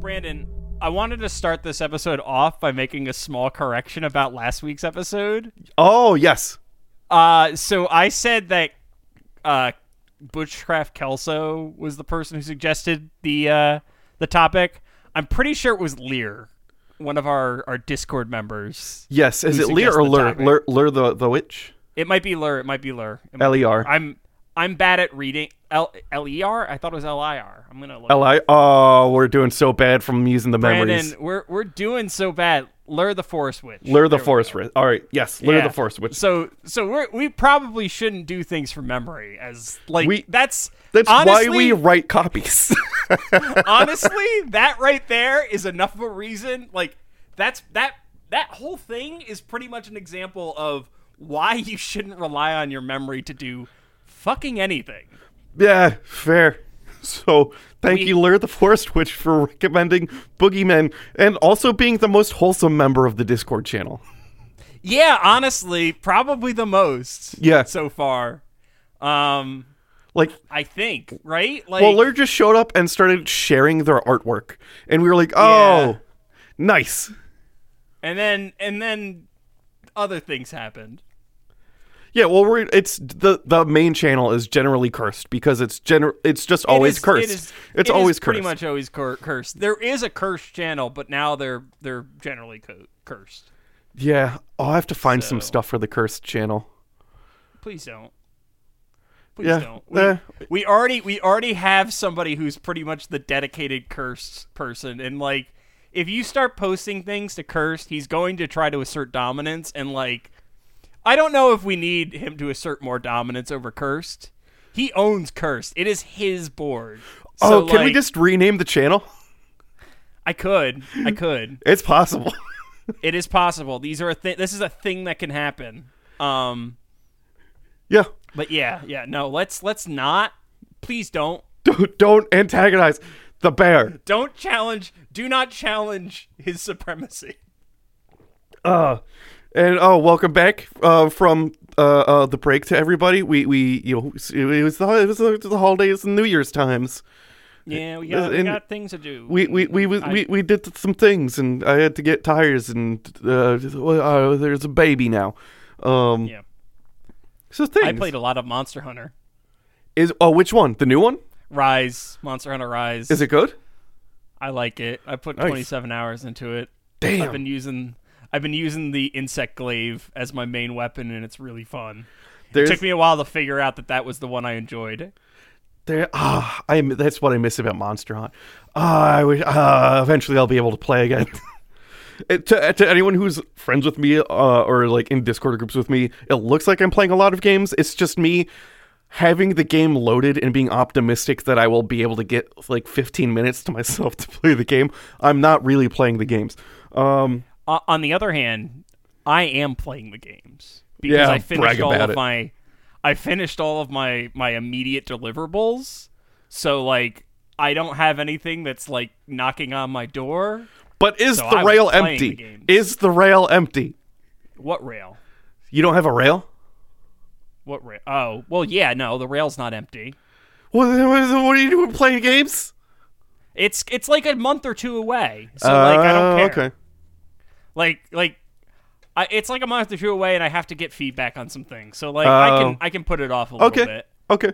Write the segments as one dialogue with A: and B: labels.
A: Brandon, I wanted to start this episode off by making a small correction about last week's episode.
B: Oh, yes.
A: Uh, so I said that uh, Bushcraft Kelso was the person who suggested the uh, the topic. I'm pretty sure it was Lear, one of our, our Discord members.
B: Yes. Is
A: Who
B: it Lear
A: suggests
B: or
A: the
B: Lur?
A: topic?
B: Lur, Lur the, the witch?
A: It might be Lear. It might be Lear. It might-
B: L-E-R.
A: I'm I'm bad at reading L L E R. I thought it was L I R. I'm gonna look.
B: L-I. Oh, we're doing so bad from using the memories.
A: Brandon, we're we're doing so bad. Lure the Forest Witch.
B: Lure the
A: There we
B: Forest
A: go.
B: Witch. All right. Yes. Lure
A: Yeah.
B: the Forest Witch.
A: So so we we probably shouldn't do things from memory as like
B: We-
A: that's
B: That's
A: honestly,
B: why we write copies.
A: honestly that right there is enough of a reason like that's that that whole thing is pretty much an example of why you shouldn't rely on your memory to do fucking anything.
B: yeah, fair. So thank
A: We-
B: you, Lure the Forest Witch, for recommending Boogeyman and also being the most wholesome member of the Discord channel.
A: Yeah, honestly, probably the most.
B: Yeah.
A: So far. Um
B: Like,
A: I think, right? Like
B: well, Lure just showed up and started sharing their artwork. And we were like, oh,
A: Yeah.
B: nice.
A: and then and then other things happened.
B: Yeah, well, we're, it's the the main channel is generally cursed because it's gener- it's just always
A: It is-
B: cursed.
A: It is,
B: it's
A: it is
B: always cursed.
A: pretty much always cur- cursed. There is a cursed channel, but now they're they're generally co- cursed.
B: Yeah, I'll have to find some
A: So-
B: stuff for the cursed channel.
A: Please don't. Please
B: Yeah,
A: don't. We,
B: eh.
A: we already we already have somebody who's pretty much the dedicated cursed person, and like if you start posting things to cursed, he's going to try to assert dominance, and like I don't know if we need him to assert more dominance over cursed. He owns cursed. It is his board.
B: Oh,
A: So,
B: can we
A: like,
B: just rename the channel?
A: I could. I could.
B: It's possible.
A: It is possible. These are a thi- this is a thing that can happen. Um
B: yeah.
A: but yeah, yeah, no, let's let's not please don't
B: Don't, don't antagonize the bear.
A: don't challenge do not challenge his supremacy.
B: Uh. And oh, welcome back uh, from uh, uh, the break to everybody. We we you know it was the, it was the the holidays and New Year's times.
A: Yeah, we got, we
B: And-
A: got things to do.
B: We we we was- we, we did some things and I had to get tires and uh, uh, there's a baby now. Um,
A: yeah.
B: So things.
A: I played a lot of Monster Hunter.
B: Is oh which one? The new one?
A: Rise, Monster Hunter Rise.
B: Is it good?
A: I like it. I put
B: Nice.
A: 27 hours into it.
B: Damn.
A: I've been using I've been using the insect glaive as my main weapon and it's really fun.
B: There's,
A: It took me a while to figure out that that was the one I enjoyed.
B: There, ah, I that's what I miss about Monster Hunt. Ah, I wish. Ah, eventually I'll be able to play again. It- to, to anyone who's friends with me uh, or like in Discord groups with me, it looks like I'm playing a lot of games. It's just me having the game loaded and being optimistic that I will be able to get like 15 minutes to myself to play the game. I'm not really playing the games. Um,
A: Uh, on the other hand, I am playing the games because
B: Yeah,
A: I finished
B: brag
A: all
B: about
A: of
B: it.
A: my I finished all of my my immediate deliverables. So like I don't have anything that's like knocking on my door.
B: but is
A: So
B: the
A: I was
B: rail
A: playing the
B: empty?
A: games.
B: is the rail empty?
A: What rail?
B: You don't have a rail?
A: What rail? Oh, well yeah, no, the rail's not empty.
B: What, what, what are you doing playing games?
A: It's it's like a month or two away. So like I
B: Oh,
A: don't care.
B: Okay.
A: Like like I, it's like a month or two away and I have to get feedback on some things. So like I
B: Oh.
A: can I can put it off a little
B: okay.
A: bit.
B: Okay.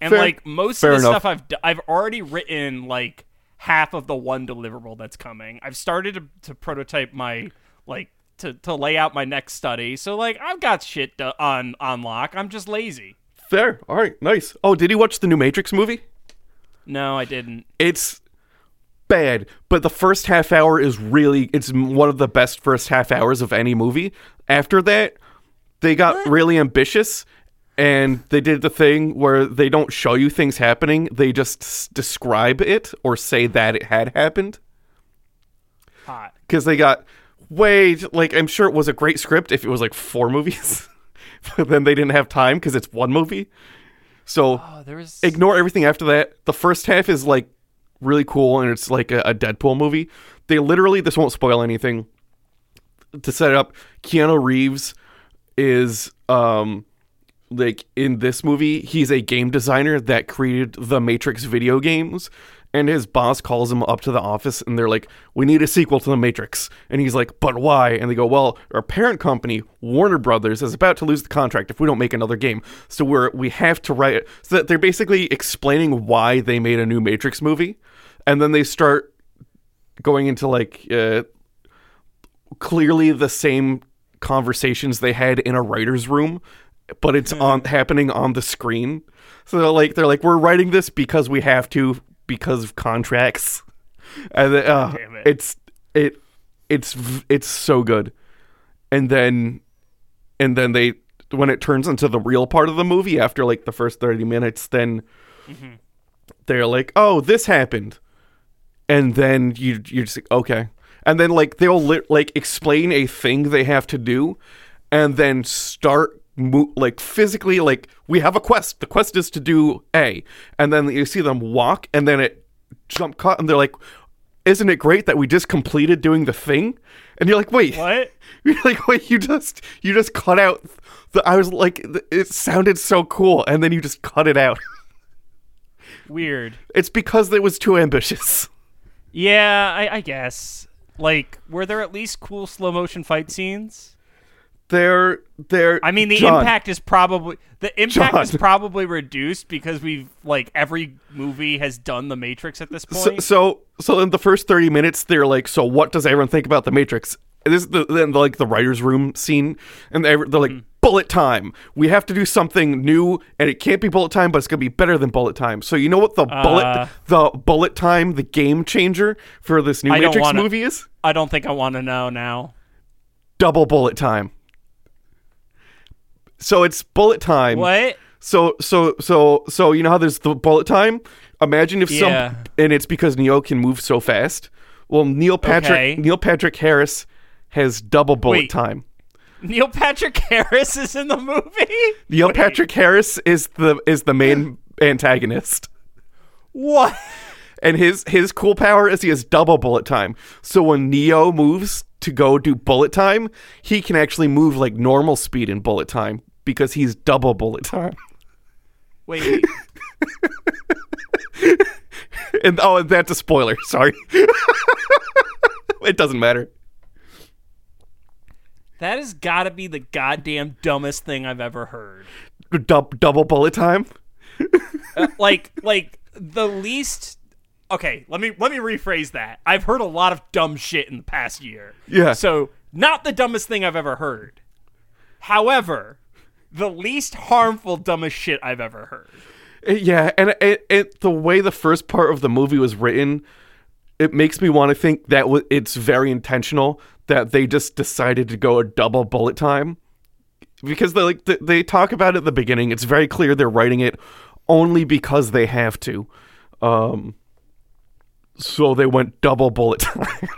A: And
B: Fair-
A: like most
B: fair
A: of the
B: enough.
A: stuff I've d- I've already written like half of the one deliverable that's coming. I've started to, to prototype my like to, to lay out my next study. So like I've got shit to, on on lock. I'm just lazy.
B: Fair. All right. Nice. Oh, did you watch the new Matrix movie?
A: No, I didn't.
B: It's bad, but the first half hour is really it's m- one of the best first half hours of any movie. After that, they got really ambitious and they did the thing where they don't show you things happening; they just s- describe it or say that it had happened.
A: Hot.
B: because they got way like I'm sure it was a great script if it was like four movies, but then they didn't have time because it's one movie. So
A: Oh, there was
B: ignore everything after that. The first half is like really cool and it's like a, a Deadpool movie. They literally this won't spoil anything. To set it up, Keanu Reeves is um like in this movie, he's a game designer that created the Matrix video games and his boss calls him up to the office and they're like, "We need a sequel to the Matrix." And he's like, "But why?" And they go, "Well, our parent company, Warner Brothers, is about to lose the contract if we don't make another game. So we're we have to write it." So that they're basically explaining why they made a new Matrix movie and then they start going into like uh, clearly the same conversations they had in a writer's room, but it's on happening on the screen. So they're like they're like we're writing this because we have to because of contracts, and then, uh,
A: it.
B: it's it it's v- it's so good, and then and then they when it turns into the real part of the movie after like the first 30 minutes then they're like oh this happened and then you you're just like, okay and then like they'll li- like explain a thing they have to do and then start mo- like physically like we have a quest the quest is to do a and then you see them walk and then it jump cut and they're like isn't it great that we just completed doing the thing and you're like wait
A: what?
B: you're like, wait, you just you just cut out. The, I was like, th- it sounded so cool, and then you just cut it out.
A: Weird.
B: It's because it was too ambitious.
A: Yeah, I, I guess. Like, were there at least cool slow motion fight scenes?
B: They're they're.
A: I mean, the
B: John,
A: impact is probably the impact is
B: John.
A: probably reduced because we've like every movie has done the Matrix at this
B: So,
A: point.
B: so so in the first thirty minutes, they're like, so what does everyone think about the Matrix? And This is the, then like the writers' room scene, and they, they're like,
A: Mm-hmm.
B: bullet time. We have to do something new, and it can't be bullet time, but it's gonna be better than bullet time. So you know what the
A: Uh.
B: bullet the bullet time, the game changer for this new
A: I don't
B: Matrix
A: wanna-
B: movie is
A: I don't think I want to know now.
B: double bullet time. So it's bullet time.
A: What?
B: So so so so you know how there's the bullet time? Imagine if
A: Yeah.
B: some and it's because Neo can move so fast. Well, Neil Patrick
A: Okay.
B: Neil Patrick Harris has double bullet
A: Wait.
B: time.
A: Neil Patrick Harris is in the movie?
B: Neil Patrick Harris is the is the main antagonist.
A: What?
B: And his his cool power is he has double bullet time. So when Neo moves to go do bullet time, he can actually move like normal speed in bullet time because he's double bullet time.
A: Wait.
B: And oh, and that's a spoiler. Sorry. it doesn't matter.
A: That has got to be the goddamn dumbest thing I've ever heard.
B: Dub- double bullet time.
A: Like like the least Okay, let me let me rephrase that. I've heard a lot of dumb shit in the past year.
B: Yeah.
A: So, not the dumbest thing I've ever heard. However, the least harmful dumbest shit I've ever heard.
B: Uh, Yeah, and it, it, the way the first part of the movie was written, it makes me want to think that w- it's very intentional that they just decided to go a double bullet time because they like th- they talk about it at the beginning. It's very clear they're writing it only because they have to. Um, so they went double bullet time.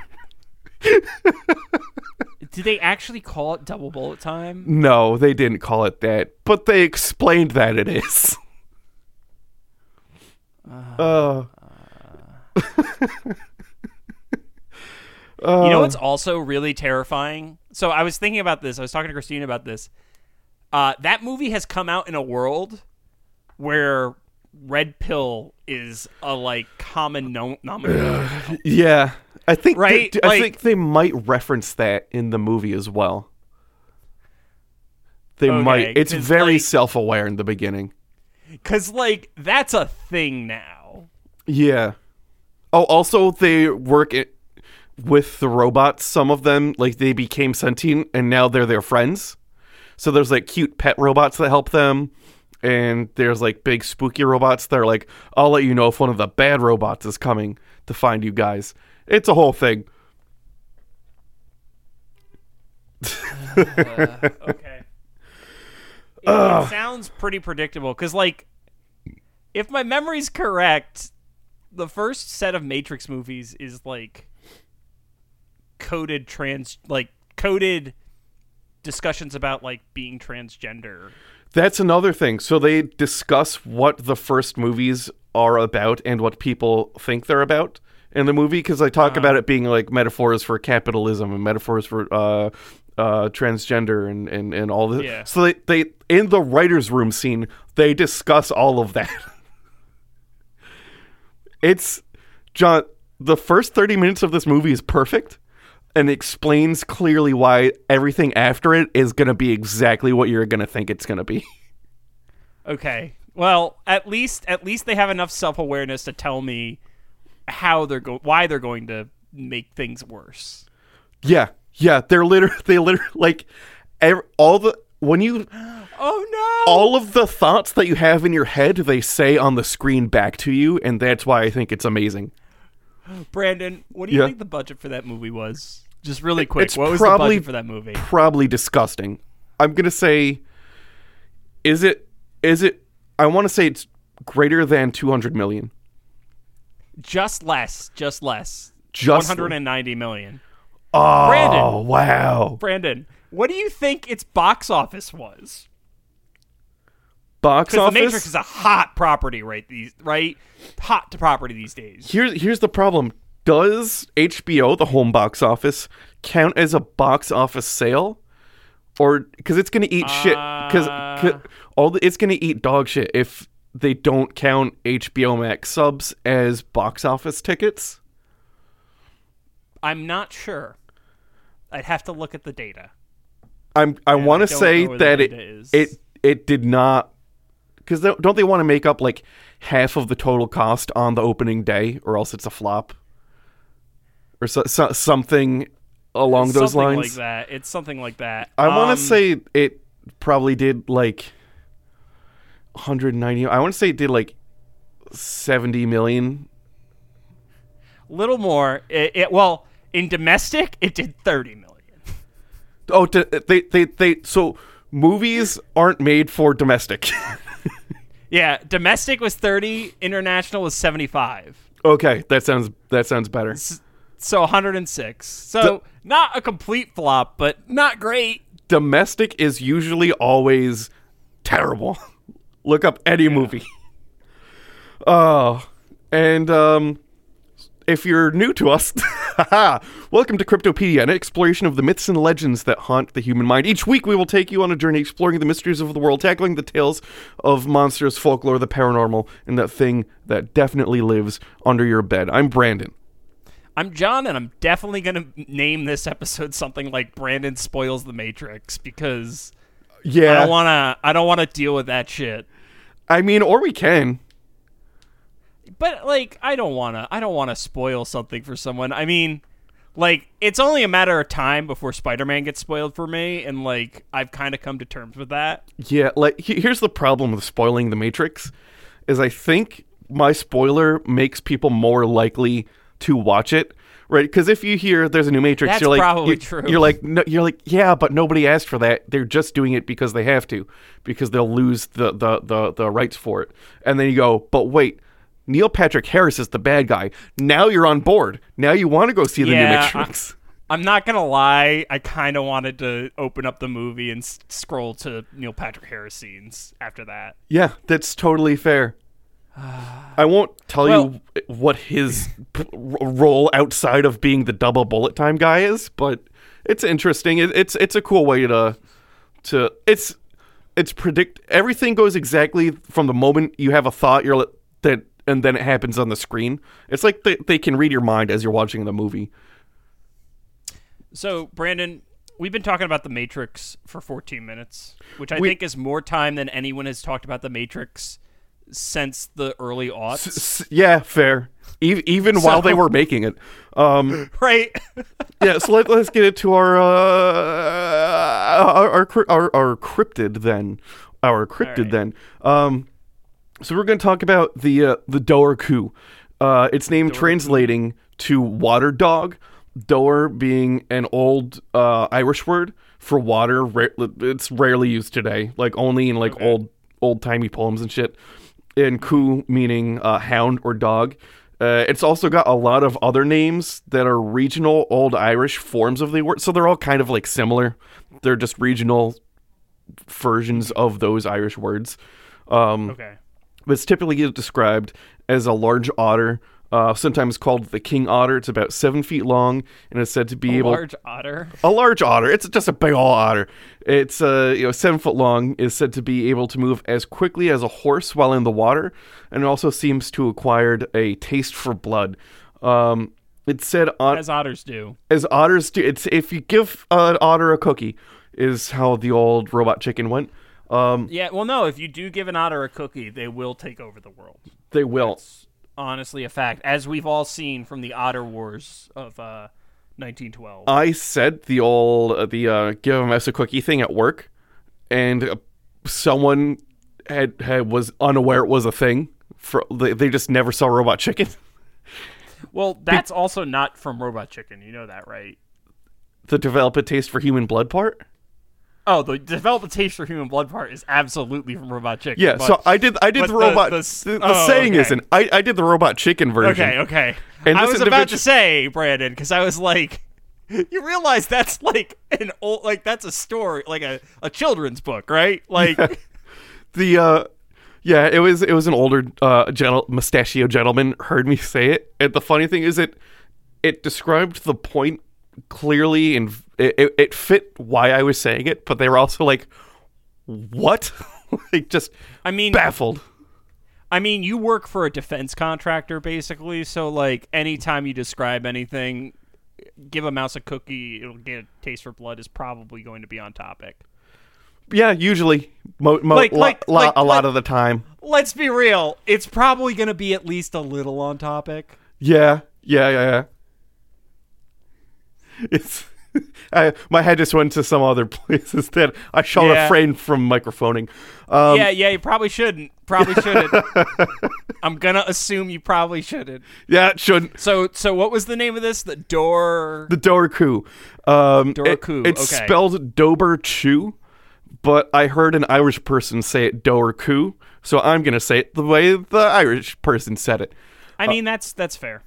A: Did they actually call it double bullet time?
B: no, they didn't call it that, but they explained that it is. Uh,
A: you know what's also really terrifying? So I was thinking about this. I was talking to Christine about this. Uh, that movie has come out in a world where red pill is a like common no- nomenclator.
B: Yeah, I think they-
A: Right?
B: I
A: Like-
B: think they might reference that in the movie as well. They
A: Okay,
B: might. It's
A: 'cause,
B: very
A: like-
B: self-aware in the beginning.
A: Cause like that's a thing now.
B: Yeah. Oh, also they work it with the robots. Some of them like they became sentient and now they're their friends. So there's like cute pet robots that help them. And there's like big spooky robots that are like, I'll let you know if one of the bad robots is coming to find you guys. It's a whole thing.
A: Okay. It, it sounds pretty predictable because, like, if my memory's correct, the first set of Matrix movies is like coded trans, like coded discussions about like being transgender.
B: That's another thing. So they discuss what the first movies are about and what people think they're about in the movie because they talk about it being like metaphors for capitalism and metaphors for uh, uh, transgender and, and, and all this.
A: Yeah.
B: So they, they in the writers' room scene they discuss all of that. it's John. The first thirty minutes of this movie is perfect. And explains clearly why everything after it is going to be exactly what you're going to think it's going to be.
A: Okay. Well, at least at least they have enough self awareness to tell me how they're go- why they're going to make things worse.
B: Yeah, yeah, they're literally they literally like ev- all the when you
A: Oh no!
B: all of the thoughts that you have in your head they say on the screen back to you, and that's why I think it's amazing.
A: Brandon, what do you
B: Yeah.
A: think the budget for that movie was? Just really quick,
B: it's
A: what was
B: probably-
A: the budget for that movie?
B: Probably disgusting. I'm gonna say, is it is it? I want to say it's greater than 200 million.
A: Just less, just less.
B: Just
A: 190 million.
B: oh
A: Brandon.
B: wow!
A: Brandon, what do you think its box office was?
B: Box
A: Because The
B: office.
A: Matrix is a hot property, right? These right, hot to property these days.
B: here's here's the problem. Does HBO, the home box office, count as a box office sale, or because it's gonna eat shit? Because
A: Uh.
B: all the, it's gonna eat dog shit if they don't count HBO Max subs as box office tickets.
A: I'm not sure. I'd have to look at the data.
B: I'm I want
A: I
B: to
A: don't
B: say
A: know where the
B: that it
A: data is.
B: it it did not because don't they want to make up like half of the total cost on the opening day, or else it's a flop, or so, so, something along those
A: something
B: lines.
A: like that. It's something like that.
B: I want
A: Um,
B: to say it probably did like 190. I want to say it did like 70 million.
A: little more. It, it well in domestic, it did 30 million.
B: Oh, d- they they they so movies aren't made for domestic.
A: Yeah, domestic was 30, international was 75.
B: okay, that sounds that sounds better.
A: So 106. So not a complete flop, but not great.
B: Domestic is usually always terrible. Look up any movie. Oh, and um, if you're new to us, haha, welcome to Cryptopedia, an exploration of the myths and legends that haunt the human mind. Each week, we will take you on a journey exploring the mysteries of the world, tackling the tales of monsters, folklore, the paranormal, and that thing that definitely lives under your bed. I'm Brandon.
A: I'm John, and I'm definitely going to name this episode something like Brandon Spoils the Matrix because
B: Yeah,
A: I don't want to I don't want to deal with that shit.
B: I mean, or we can.
A: But like I don't want to I don't want to spoil something for someone. I mean, like it's only a matter of time before Spider-Man gets spoiled for me and like I've kind of come to terms with that.
B: Yeah, like he- here's the problem with spoiling the Matrix is I think my spoiler makes people more likely to watch it, right? Because if you hear there's a new Matrix,
A: That's
B: you're like,
A: probably
B: you-
A: true.
B: You're like, no, you're like, yeah, but nobody asked for that. They're just doing it because they have to, because they'll lose the the the, the rights for it. And then you go, but wait. Neil Patrick Harris is the bad guy. Now you're on board. Now you want to go see the new
A: Yeah, I-
B: Matrix.
A: I'm not gonna lie. I kind of wanted to open up the movie and s- scroll to Neil Patrick Harris scenes after that.
B: Yeah, that's totally fair. I won't tell
A: Well-
B: you what his p- r- role outside of being the double bullet time guy is, but it's interesting. It, it's it's a cool way to to it's it's predict everything goes exactly from the moment you have a thought you're li- that and then it happens on the screen. It's like they, they can read your mind as you're watching the movie.
A: So, Brandon, we've been talking about the Matrix for 14 minutes, which I
B: We-
A: think is more time than anyone has talked about the Matrix since the early aughts,
B: S- yeah, fair. E- even while they
A: So-
B: were making it. Um
A: right?
B: yeah, so let, let's get into our, uh, our, our cr- our our cryptid then, our cryptid
A: right.
B: then. Um, so we're going to talk about the uh, the Doerku. Uh, its name translating to water dog. Doer being an old uh, Irish word for water. Ra- it's rarely used today, like only in like old old timey poems and shit. And ku meaning uh, hound or dog. Uh, it's also got a lot of other names that are regional old Irish forms of the word, so they're all kind of like similar. They're just regional versions of those Irish words. Um,
A: Okay.
B: but it's typically described as a large otter, uh, sometimes called the king otter. It's about seven feet long and is said to be able
A: Large otter.
B: a large otter. It's just a big old otter. It's uh, you know seven foot long. Is said to be able to move as quickly as a horse while in the water, and also seems to acquired a taste for blood. Um, it said on
A: As otters do.
B: as otters do. It's if you give an otter a cookie, is how the old robot chicken went. Um,
A: Yeah, well, no, if you do give an otter a cookie, they will take over the world.
B: they will.
A: Honestly, a fact, as we've all seen from the Otter Wars of uh, 1912.
B: I said the old uh, the uh, give a mouse a cookie thing at work, and uh, someone had, had was unaware it was a thing. For they, they just never saw Robot Chicken.
A: well, that's also not from Robot Chicken. You know that, right?
B: The develop a taste for human blood part.
A: Oh, the develop a taste for human blood part is absolutely from Robot Chicken.
B: Yeah,
A: but-
B: so I did I did
A: but
B: the robot. The,
A: s-
B: the
A: oh,
B: saying
A: okay.
B: isn't I, I did the Robot Chicken version.
A: Okay, okay.
B: And
A: I
B: this
A: was about to
B: individual-
A: say, Brandon, because I was like, you realize that's like an old, like that's a story, like a, a children's book, right? Like,
B: the uh yeah it was it was an older uh gentle mustachio gentleman heard me say it and the funny thing is it it described the point clearly and it, it- it fit why i was saying it but they were also like what like just
A: I mean,
B: baffled
A: I mean, you work for a defense contractor basically, so like anytime you describe anything, give a mouse a cookie, it'll get a taste for blood is probably going to be on topic.
B: yeah usually mo- mo-
A: Like-
B: lo-
A: like-
B: lo-
A: like-
B: a
A: like-
B: lot of the time
A: Let's be real, it's probably going to be at least a little on topic.
B: yeah yeah yeah yeah it's I, my head just went to some other places that I shall
A: Yeah.
B: refrain from microphoning. Um,
A: yeah, yeah, you probably shouldn't. Probably shouldn't. I'm going to assume you probably shouldn't.
B: yeah, it shouldn't.
A: So so what was the name of this? The door
B: The Doraku. Um, it-
A: Doraku,
B: it's
A: okay.
B: spelled Dober Chew, but I heard an Irish person say it Doraku, so I'm going to say it the way the Irish person said it.
A: I mean
B: uh,
A: that's that's fair.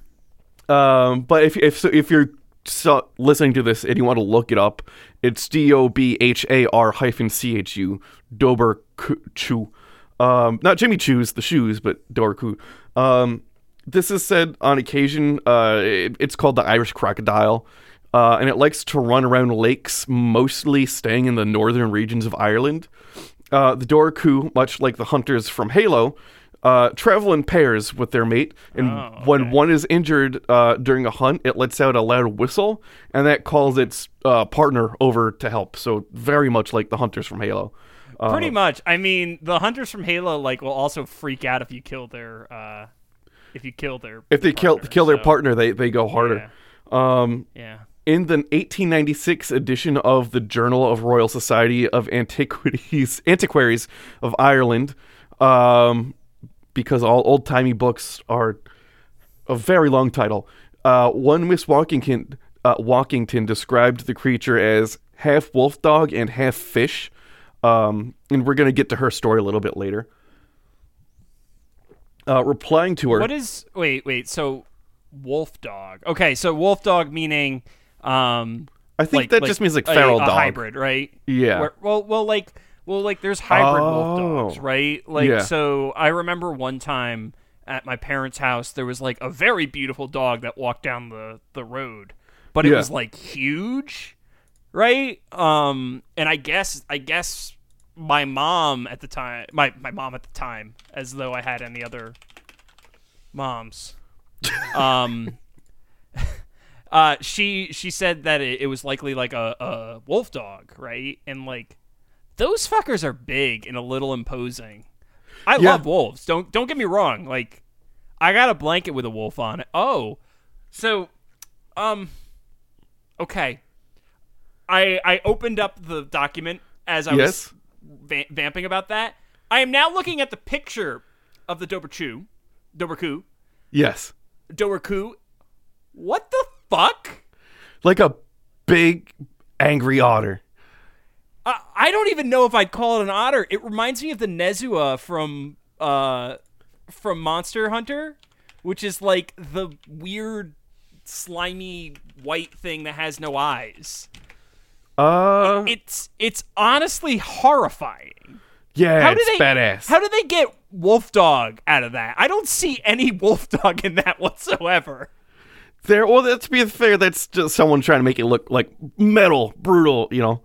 B: Um, but if if so, if you're so listening to this and you want to look it up, it's D O B H A R hyphen C H U Dober Ku- Chu. Um, not Jimmy Choo's the shoes, but Dorku. Um, this is said on occasion. Uh, it- it's called the Irish crocodile, uh, and it likes to run around lakes, mostly staying in the northern regions of Ireland. Uh, the Dorku, much like the hunters from Halo, uh, travel in pairs with their mate, and
A: Oh,
B: when one is injured uh, during a hunt, it lets out a loud whistle, and that calls its uh, partner over to help. So very much like the hunters from Halo. Uh,
A: Pretty much. I mean, the hunters from Halo like will also freak out if you kill their uh if you kill their
B: if they kill
A: partner,
B: kill their
A: so,
B: partner, they they go harder. Um,
A: Yeah.
B: in the 1896 edition of the Journal of Royal Society of Antiquities Antiquaries of Ireland, um, because all old timey books are a very long title. Uh, one Miss Walkington, uh, Walkington described the creature as half wolf dog and half fish, um, and we're gonna get to her story a little bit later. Uh, replying to her,
A: What is wait, wait, so wolf dog. Okay, so wolf dog meaning um
B: I think that just means, like, feral
A: a, a
B: dog.
A: hybrid, right?
B: Yeah.
A: Where- well, well, like, well, like there's hybrid wolf dogs,
B: Oh.
A: right? Like,
B: Yeah.
A: so I remember one time at my parents' house, there was like a very beautiful dog that walked down the the road, but it
B: Yeah.
A: was like huge, right? Um, and I guess, I guess my mom at the time, my my mom at the time, as though I had any other moms. Um. Uh, she she said that it, it was likely like a, a wolf dog, right? And like those fuckers are big and a little imposing. I
B: Yeah.
A: love wolves. Don't don't get me wrong. Like I got a blanket with a wolf on it. Oh, so um, okay. I I opened up the document as I
B: yes,
A: was va- vamping about that. I am now looking at the picture of the Doberchu, Doberku,
B: yes,
A: Doberku. What the fuck?
B: like a big angry otter.
A: I, I don't even know if I'd call it an otter. It reminds me of the Nezua from uh from Monster Hunter, which is like the weird slimy white thing that has no eyes.
B: Uh,
A: It's it's honestly horrifying.
B: yeah,
A: How do
B: it's
A: they
B: badass.
A: How do they get wolf dog out of that? I don't see any wolf dog in that whatsoever.
B: there, well, that- to be fair, that's just someone trying to make it look like metal, brutal. You know,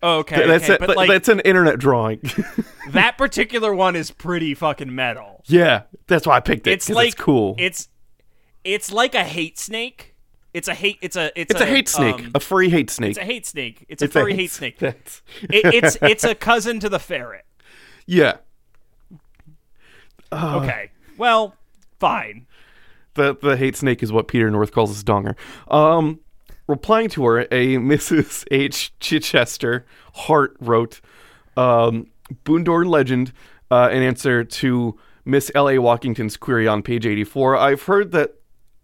A: Okay,
B: Th- that's
A: okay,
B: a-
A: but
B: th-
A: like
B: that's an internet drawing.
A: that particular one is pretty fucking metal.
B: yeah, that's why I picked it.
A: it's
B: 'cause
A: like
B: cool.
A: It's it's like a hate snake. It's a hate. It's a it's,
B: It's a hate snake,
A: um,
B: a free hate snake.
A: it's a hate snake. It's a furry hate snake. It,
B: That's,
A: it's it's a cousin to the ferret.
B: yeah,
A: Okay. Well, fine.
B: the the hate snake is what Peter North calls his donger. Um, replying to her, a Mrs. H. Chichester Hart wrote, um, Boondorn legend, uh, an answer to Miss L. A. Walkington's query on page eighty four. I've heard that.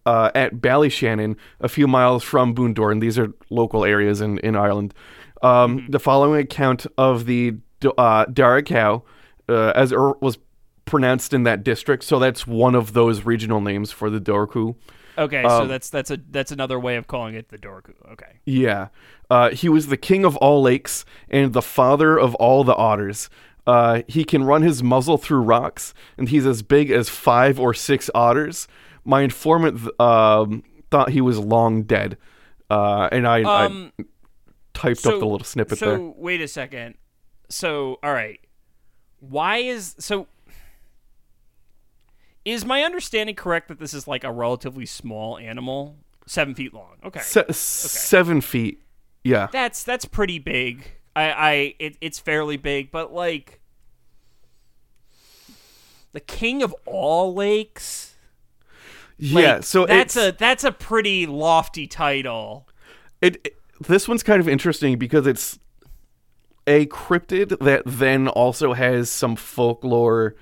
B: Uh, at Ballyshannon, a few miles from Boondorn, these are local areas in, in Ireland. Um, The following account of the D- uh, Dara cow, uh, as er- was pronounced in that district. So that's one of those regional names for the Dorku.
A: Okay. so
B: Um,
A: that's that's a that's another way of calling it the dorku. Okay.
B: Yeah. Uh, he was the king of all lakes and the father of all the otters. Uh, he can run his muzzle through rocks, and he's as big as five or six otters. My informant th- um, thought he was long dead, uh, and I, I typed up the little snippet
A: Um, so
B: there.
A: wait a second. So all right. Why is so? Is my understanding correct that this is like a relatively small animal, seven feet long? Okay.
B: Se- Seven feet. Yeah.
A: that's that's pretty big. I, I it, it's fairly big, but like the king of all lakes. like,
B: yeah. So
A: that's
B: it's-
A: a that's a pretty lofty title.
B: It, it- this one's kind of interesting because it's a cryptid that then also has some folklore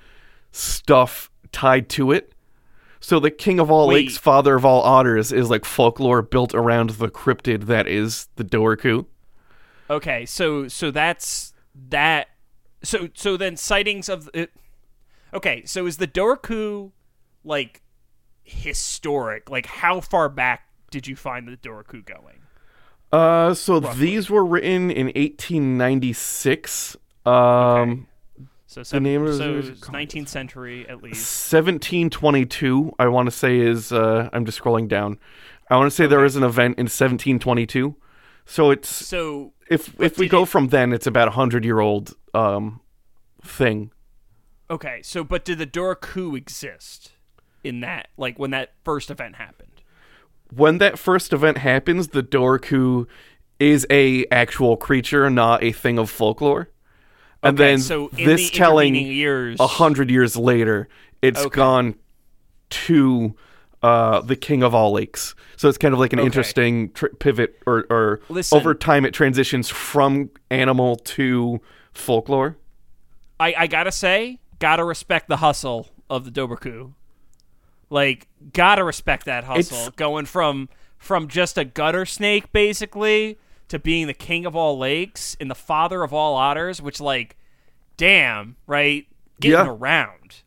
B: stuff tied to it. So the king of all lakes,
A: Wait.
B: father of all otters, is like folklore built around the cryptid that is the Dorku.
A: Okay, so so that's that. So so then sightings of it. Okay, so is the Dorku like historic? Like how far back did you find the Dorku going?
B: Uh, so these were written in 1896. Um,
A: So seven,
B: name of-
A: so nineteenth century at least.
B: 1722 i want to say is uh i'm just scrolling down i want to say there was an event in 1722 so it's
A: So
B: if if we
A: did
B: go
A: it-
B: from then it's about a hundred year old um thing
A: Okay, so but did the Duraku exist in that like when that first event happened?
B: when that first event happens the dorku is a actual creature not a thing of folklore and
A: Okay,
B: then
A: so in
B: this
A: the
B: telling
A: intervening years,
B: a hundred years later it's gone to uh, the king of all lakes so it's kind of like an interesting tr- pivot or, or
A: Listen.
B: over time it transitions from animal to folklore
A: I I gotta say, gotta respect the hustle of the Duraku. Like, gotta respect that hustle
B: It's-
A: going from from just a gutter snake basically to being the king of all lakes and the father of all otters, which like, damn, right? Getting
B: Yeah.
A: around,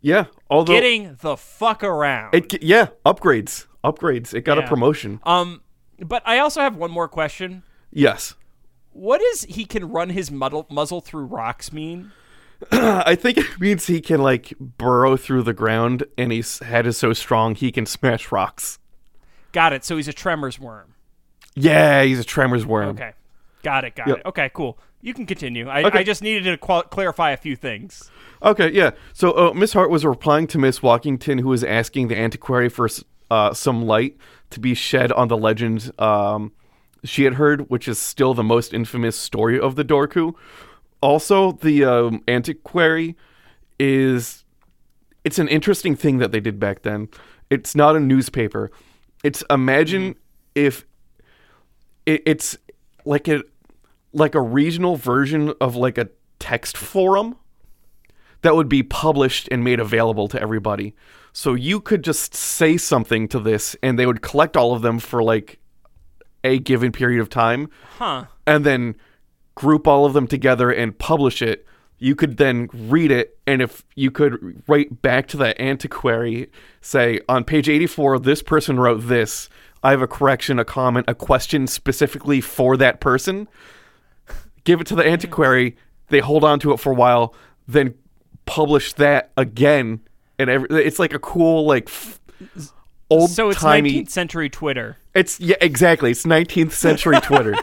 B: yeah although
A: getting the fuck around.
B: it, g- yeah upgrades upgrades it got a
A: Yeah.
B: promotion
A: um, but I also have one more question.
B: yes
A: What is he can run his muddle, muzzle through rocks mean?
B: Uh, I think it means he can like burrow through the ground, and his head is so strong he can smash rocks.
A: Got it. So he's a tremors worm.
B: Yeah, he's a tremors worm.
A: Okay. Got it. Got
B: Um, Yep.
A: it. Okay, cool. You can continue. I,
B: Okay.
A: I just needed to qual- clarify a few things.
B: Okay, yeah. So uh, Miss Hart was replying to Miss Walkington, who was asking the antiquary for s- uh, some light to be shed on the legend um, she had heard, which is still the most infamous story of the Dorku. Also, the um, antiquary is it's an interesting thing that they did back then. It's not a newspaper. It's imagine if it, it's like a like a regional version of like a text forum that would be published and made available to everybody. So you could just say something to this and they would collect all of them for like a given period of time. Huh. And then group all of them together and publish it, you could then read it. And if you could write back to the antiquary, say, on page 84, this person wrote this. I have a correction, a comment, a question specifically for that person. Give it to the antiquary. They hold on to it for a while, then publish that again. And every, it's like a cool, like, f- old
A: So it's
B: timey.
A: 19th century Twitter.
B: It's yeah, exactly. It's 19th century Twitter,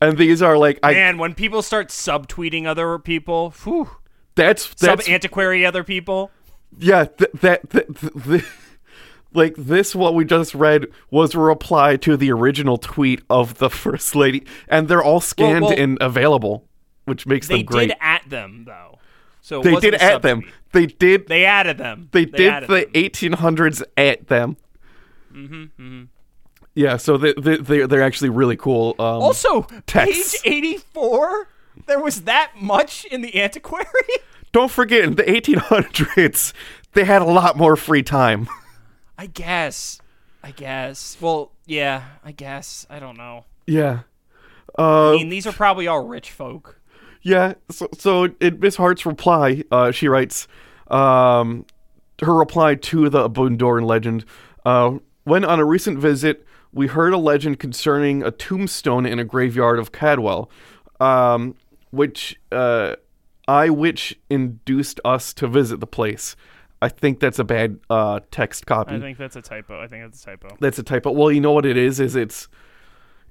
B: and these are like I.
A: Man, when people start subtweeting other people, whew,
B: that's
A: sub
B: that's
A: antiquary other people.
B: yeah. Th- that th- th- th- like this, what we just read was a reply to the original tweet of the first lady, and they're all scanned
A: well-
B: and available, which makes
A: They
B: them great.
A: did at them though. So it
B: they
A: wasn't
B: did
A: a
B: at them.
A: subtweet.
B: They did. They,
A: They added them.
B: did
A: added
B: the
A: them.
B: 1800s at them. Mm-hmm,
A: mm-hmm.
B: Yeah, so they, they they're they're actually really cool. Um,
A: Also,
B: Text.
A: page 84. There was that much in the antiquary.
B: don't forget in the 1800s they had a lot more free time
A: I guess. I guess. Well, yeah. I guess. I don't know.
B: yeah
A: I mean, these are probably all rich folk.
B: yeah so, so in miss hart's reply uh, she writes um, her reply to the bundoran legend uh, when on a recent visit we heard a legend concerning a tombstone in a graveyard of cadwell um, which uh, i which induced us to visit the place i think that's a bad uh, text copy
A: that's a typo. I think that's a typo.
B: that's a typo. Well, you know what it is? Is it's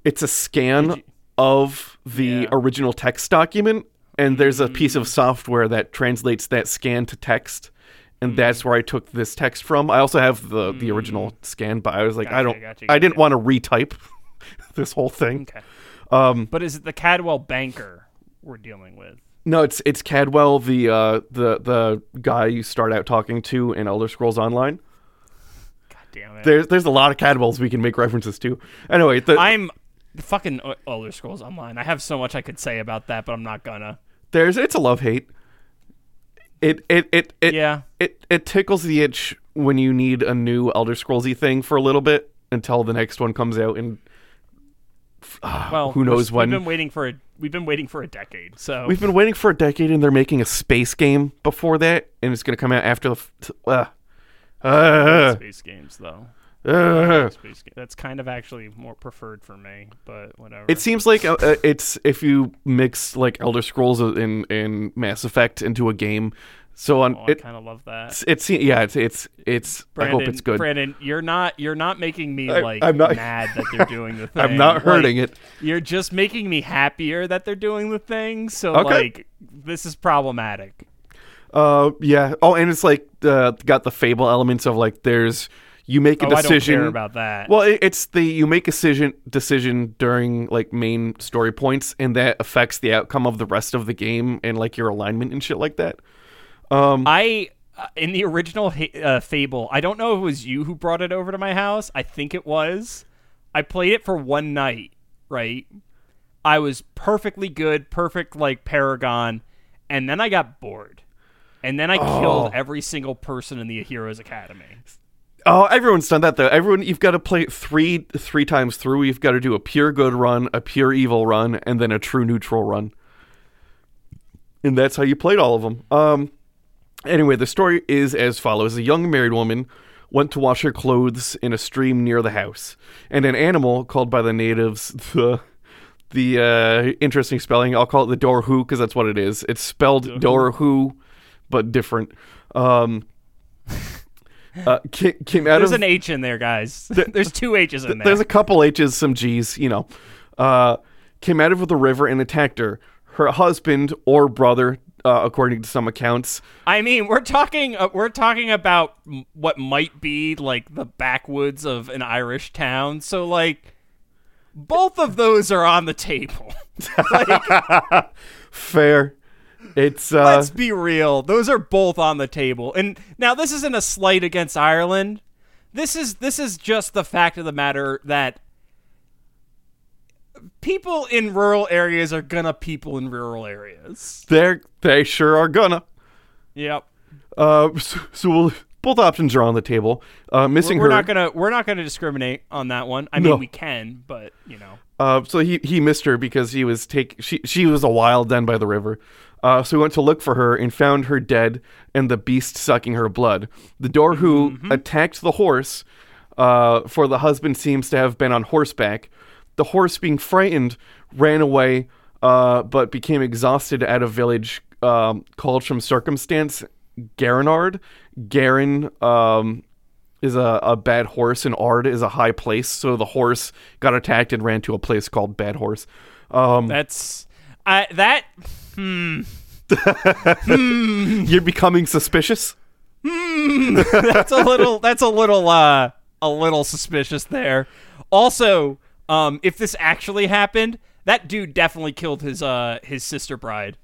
B: it's a scan of the original text document, and there's a piece
A: Mm.
B: of software that translates that scan to text, and
A: Mm.
B: that's where I took this text from. I also have the the original scan, but I was like, I don't,
A: Mm. gotcha,
B: I didn't want to retype this whole thing.
A: Okay. but is it the Cadwell banker we're dealing with?
B: No, it's it's Cadwell, the uh, the the guy you start out talking to in Elder Scrolls Online.
A: God damn it.
B: There's there's a lot of Cadwells we can make references to. Anyway, the,
A: I'm fucking O- Elder Scrolls Online. I have so much I could say about that, but I'm not gonna.
B: there's it's a love hate. It it it it
A: Yeah.
B: It it tickles the itch when you need a new Elder Scrollsy thing for a little bit until the next one comes out and
A: Well,
B: who knows
A: we're-
B: when.
A: We've been waiting for a we've been waiting for a decade. So
B: we've been waiting for a decade and they're making a space game before that and it's going to come out after the f- t- uh, uh,
A: space games though.
B: uh.
A: Space ga- That's kind of actually more preferred for me, but whatever.
B: It seems like uh, uh, it's if you mix like Elder Scrolls in in Mass Effect into a game. So on
A: Oh, I
B: it
A: kind of love that.
B: it's, it's yeah it's it's it's
A: Brandon,
B: I hope it's good.
A: Brandon, you're not you're not making me
B: I-
A: like
B: I'm not-
A: mad that they're doing the thing.
B: I'm not
A: Like,
B: hurting it.
A: You're just making me happier that they're doing the thing. So
B: Okay.
A: like this is problematic.
B: Uh, yeah. Oh, and it's like uh, got the fable elements of like there's you make a
A: Oh, I don't care
B: decision
A: about that.
B: Well, it, it's the you make a decision decision during like main story points, and that affects the outcome of the rest of the game and like your alignment and shit like that. Um,
A: I uh, in the original ha- uh, Fable, I don't know if it was you who brought it over to my house. I think it was. I played it for one night, right? I was perfectly good, perfect like Paragon, and then I got bored. And then I killed every single person in the Heroes Academy.
B: Oh, everyone's done that though. Everyone, you've got to play it three three times through. You've got to do a pure good run, a pure evil run, and then a true neutral run. And that's how you played all of them. Um, anyway, the story is as follows: A young married woman went to wash her clothes in a stream near the house, and an animal called by the natives the the uh, interesting spelling. I'll call it the Dorhu because that's what it is. It's spelled Dorhu, but different. Um, uh, ca- came out
A: There's
B: of
A: an H in there, guys. There's two H's in there.
B: there's a couple H's, some G's, you know. Uh, came out of the river and attacked her. Her husband or brother, uh, according to some accounts.
A: I mean, we're talking uh, we're talking about m- what might be like the backwoods of an Irish town. So like both of those are on the table.
B: Fair. It's uh,
A: Let's be real. Those are both on the table. And now this isn't a slight against Ireland. This is this is just the fact of the matter that people in rural areas are gonna people in rural areas.
B: they're they sure are gonna.
A: Yep.
B: Uh, so, so we'll Both options are on the table. Uh, missing
A: We're, we're
B: her.
A: not gonna we're not gonna discriminate on that one. I mean,
B: No.
A: we can, but you know,
B: Uh, so he, he missed her because he was take she she was a wild den by the river. Uh, so we went to look for her and found her dead and the beast sucking her blood. The door who attacked the horse, uh, for the husband seems to have been on horseback. The horse, being frightened, ran away, uh, but became exhausted at a village um, called from circumstance Garinard. Garin um, is a, a bad horse and Ard is a high place. So the horse got attacked and ran to a place called Bad Horse. Um,
A: that's I that
B: you're becoming suspicious.
A: that's a little that's a little uh a little suspicious there. Also, um, if this actually happened, that dude definitely killed his uh his sister bride.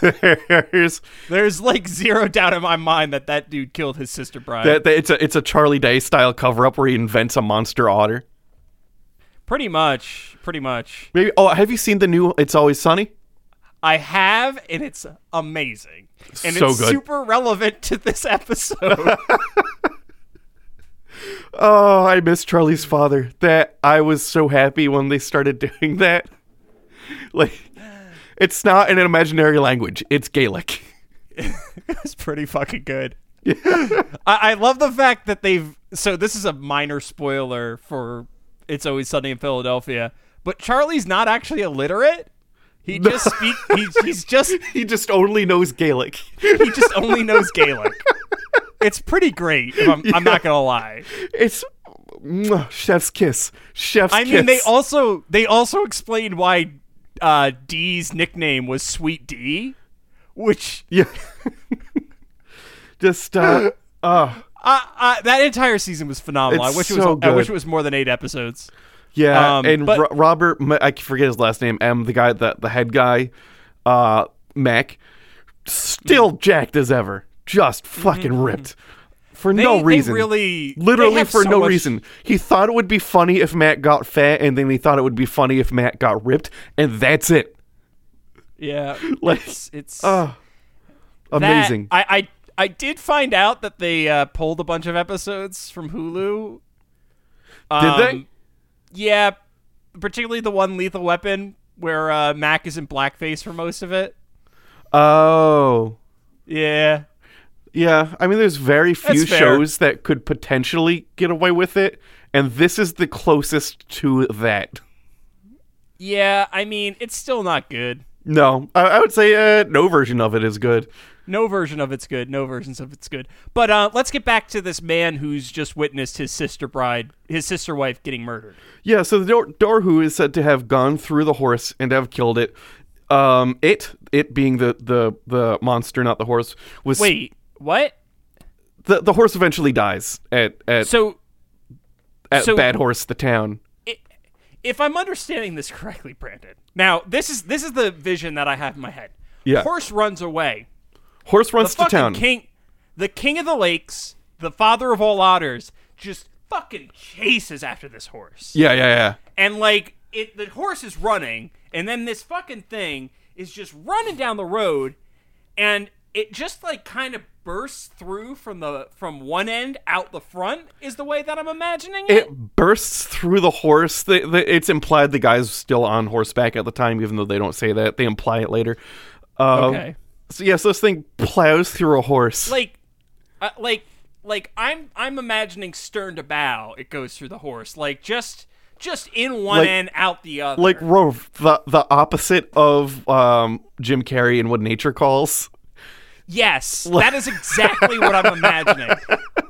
B: There's
A: There's like zero doubt in my mind that that dude killed his sister bride.
B: that, that- it's a it's a Charlie Day style cover up where he invents a monster otter.
A: pretty much, pretty much.
B: Maybe. Oh, have you seen the new It's Always Sunny?
A: I have, and it's amazing, and
B: So
A: it's
B: good.
A: super relevant to this episode.
B: Oh, I miss Charlie's father. That I was so happy when they started doing that. Like, it's not an imaginary language. It's Gaelic.
A: It's pretty fucking good. I, I love the fact that they've. So this is a minor spoiler for "It's Always Sunny in Philadelphia," but Charlie's not actually illiterate. He just speak. He, he's just.
B: He just only knows Gaelic.
A: He just only knows Gaelic. It's pretty great. If I'm, I'm not gonna lie.
B: It's mwah, chef's kiss. Chef's
A: I
B: kiss.
A: mean, they also they also explained why uh, D's nickname was Sweet D, which
B: Yeah. Just uh
A: uh, uh, that entire season was phenomenal.
B: It's
A: I wish it
B: so
A: was. I wish
B: good.
A: it was more than eight episodes.
B: yeah,
A: Um,
B: and
A: but-
B: Ro- Robert M- I forget his last name. M the guy the the head guy uh Mac
A: Mm-hmm.
B: still jacked as ever. Just fucking ripped. For
A: They-
B: no
A: they
B: reason.
A: really- they
B: literally
A: have
B: for
A: so
B: no
A: much-
B: reason. He thought it would be funny if Matt got fat and then he thought it would be funny if Matt got ripped and that's it.
A: Yeah,
B: Like,
A: it's, it's
B: Oh.
A: that-
B: Amazing.
A: I, I I did find out that they uh, pulled a bunch of episodes from Hulu.
B: Did they?
A: Um, Yeah, particularly the one Lethal Weapon where uh, Mac is in blackface for most of it.
B: Oh.
A: Yeah,
B: Yeah, I mean, there's very few
A: That's fair.
B: shows that could potentially get away with it, and this is the closest to that.
A: yeah. I mean, it's still not good.
B: No, I, I would say uh, no version of it is good.
A: No version of it's good. No versions of it's good. But uh, let's get back to this man who's just witnessed his sister bride, his sister wife, getting murdered.
B: Yeah, so the Dor- Dorhu is said to have gone through the horse and to have killed it. Um, it, it being the the the monster, not the horse, was
A: Wait, what?
B: the the horse eventually dies at at
A: So
B: at
A: so-
B: Bad Horse, the town.
A: if I'm understanding this correctly, Brandon. Now, this is this is the vision that I have in my head.
B: Yeah.
A: Horse runs away.
B: Horse
A: The
B: runs to
A: fucking
B: town.
A: king, the king of the lakes, the father of all otters, just fucking chases after this horse.
B: Yeah, yeah, yeah.
A: And like it, the horse is running, and then this fucking thing is just running down the road, and it just like kind of bursts through from the from one end out the front is the way that I'm imagining it.
B: it bursts through the horse. The, the, it's implied the guy's still on horseback at the time, even though they don't say that. They imply it later. Uh,
A: Okay.
B: So yes, this thing plows through a horse.
A: like uh, like like i'm i'm imagining stern to bow it goes through the horse like just just in one
B: Like-
A: end out the other
B: like Rove, the the opposite of um, Jim Carrey and what nature calls.
A: yes that is exactly what i'm imagining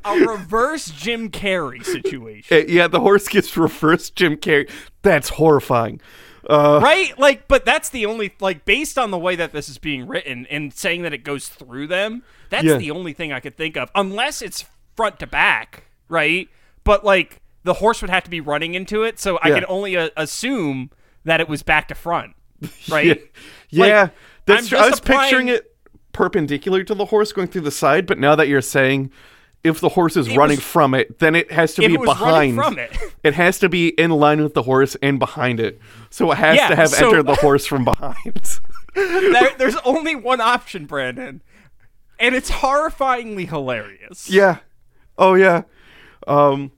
A: a reverse jim carrey situation
B: Uh, yeah, the horse gets reversed. Jim Carrey. That's horrifying.
A: right like but that's the only like based on the way that this is being written and saying that it goes through them that's
B: Yeah.
A: the only thing i could think of unless it's front to back right but like the horse would have to be running into it so i
B: Yeah.
A: can only uh, assume that it was back to front right
B: Yeah, yeah.
A: Like,
B: that's
A: I'm
B: true. I
A: just
B: was
A: applying-
B: picturing it perpendicular to the horse going through the side, but now that you're saying if the horse is running
A: was-
B: from it, then it has to
A: if
B: be
A: it was running
B: behind
A: from it.
B: It has to be in line with the horse and behind it. So it has
A: Yeah,
B: to have
A: so-
B: entered the horse from behind.
A: There- there's only one option brandon and it's horrifyingly hilarious.
B: Yeah. Oh yeah. Um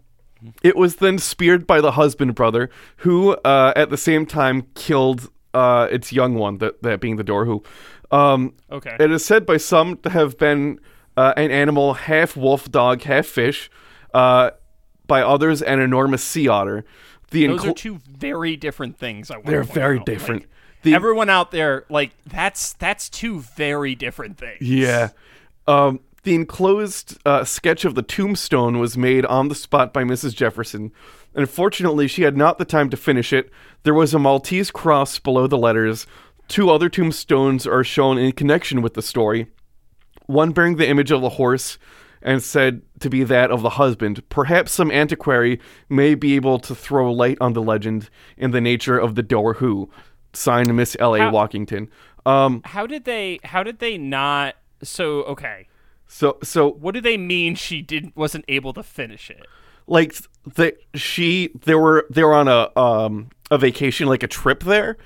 B: it was then speared by the husband brother who uh at the same time killed uh its young one that that being the door who um
A: Okay.
B: it is said by some to have been uh, an animal half wolf dog half fish uh by others an enormous sea otter the
A: Those are
B: enclo-
A: two very different things. I wanna
B: They're
A: point
B: very
A: out.
B: different.
A: Like,
B: The-
A: everyone out there, like that's that's two very different things.
B: Yeah. Um, the enclosed uh, sketch of the tombstone was made on the spot by Mrs. Jefferson. Unfortunately, she had not the time to finish it. There was a Maltese cross below the letters. Two other tombstones are shown in connection with the story. One bearing the image of the horse and said to be that of the husband. Perhaps some antiquary may be able to throw light on the legend and the nature of the door who. Signed Miss L.A.
A: How-
B: Walkington. Um,
A: How did they? How did they not? So okay,
B: so, so
A: what do they mean? She didn't wasn't able to finish it.
B: like the she they were they were on a um a vacation like a trip there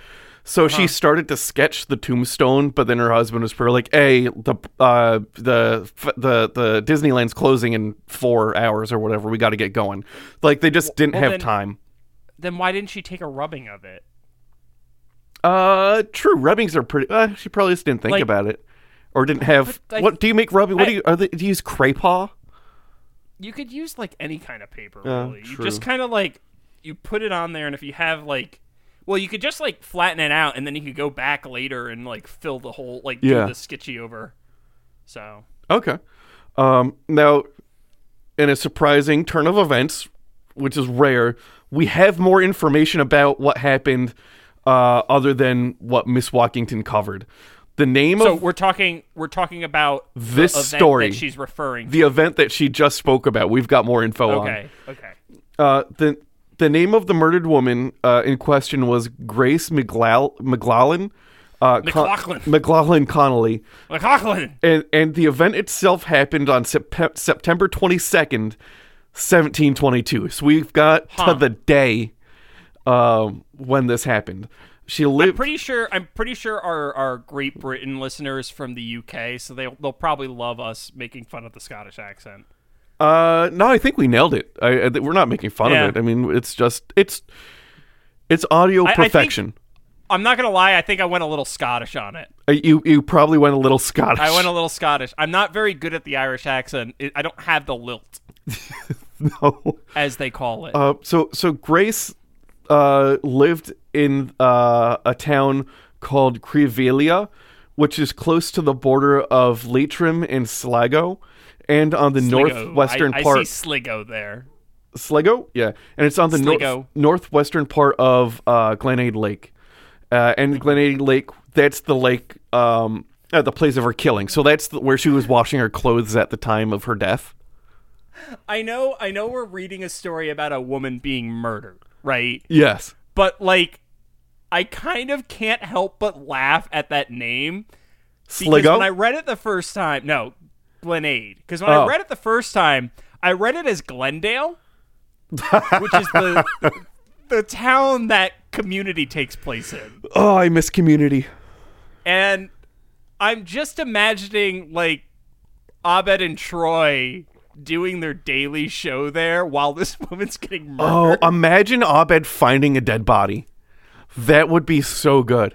B: so
A: Uh-huh.
B: she started to sketch the tombstone but then her husband was pretty like hey the uh the f- the the disneyland's closing in four hours or whatever we got to get going like they just didn't
A: well,
B: have
A: then-
B: time
A: Then why didn't she take a rubbing of it?
B: uh true rubbings are pretty uh, she probably just didn't think
A: Like-
B: about it or didn't have
A: But I-
B: what do you make rubbing what
A: I-
B: do you are they do you use crepe paw
A: You could use like any kind of paper,
B: Yeah,
A: really. You
B: true.
A: just kind of like you put it on there, and if you have like, well, you could just like flatten it out, and then you could go back later and like fill the whole like
B: Yeah.
A: do the sketchy over. So
B: Okay. Um, now, in a surprising turn of events, which is rare, we have more information about what happened uh, other than what Miss Walkington covered. The name
A: So
B: of
A: we're talking we're talking about the
B: This
A: event
B: story.
A: that she's referring to.
B: the event that she just spoke about, we've got more info on.
A: Okay. Okay.
B: Uh, the the name of the murdered woman uh, in question was Grace McGlal- McGlalen. Uh,
A: McLaughlin.
B: McLaughlin Connolly.
A: McLaughlin.
B: and and the event itself happened on Sep- September 22nd, 1722. So we've got
A: Huh.
B: to the day um, when this happened. She lived.
A: Pretty sure I'm pretty sure our, our Great Britain listeners from the UK, so they they'll probably love us making fun of the Scottish accent.
B: uh, no, I think we nailed it. I, I, th- we're not making fun
A: Yeah.
B: of it. I mean, it's just it's it's audio
A: I- I think-
B: perfection.
A: I'm not gonna lie, I think I went a little Scottish on it.
B: Uh, you you probably went a little Scottish.
A: I went a little Scottish. I'm not very good at the Irish accent. It, I don't have the lilt,
B: little.
A: as they call it.
B: Uh, so so Grace uh, lived in uh, a town called Crivelia, which is close to the border of Leitrim and Sligo, and on the
A: Sligo.
B: northwestern
A: I,
B: part
A: I see Sligo there.
B: Sligo, yeah, and it's on the north,
A: Sligo.
B: northwestern part of uh, Glenade Lake, uh, and Glenade Lake. That's the lake um, at the place of her killing. So that's the, where she was washing her clothes at the time of her death.
A: I know I know we're reading a story about a woman being murdered, right?
B: Yes.
A: but like I kind of can't help but laugh at that name because
B: Sligo?
A: when I read it the first time, no, Glenade. Because when
B: Oh.
A: I read it the first time, I read it as Glendale, which is the the town that community takes place in,
B: Oh, I miss community.
A: and I'm just imagining like Abed and Troy doing their daily show there while this woman's getting
B: Oh,
A: murdered.
B: imagine Abed finding a dead body. That would be so good.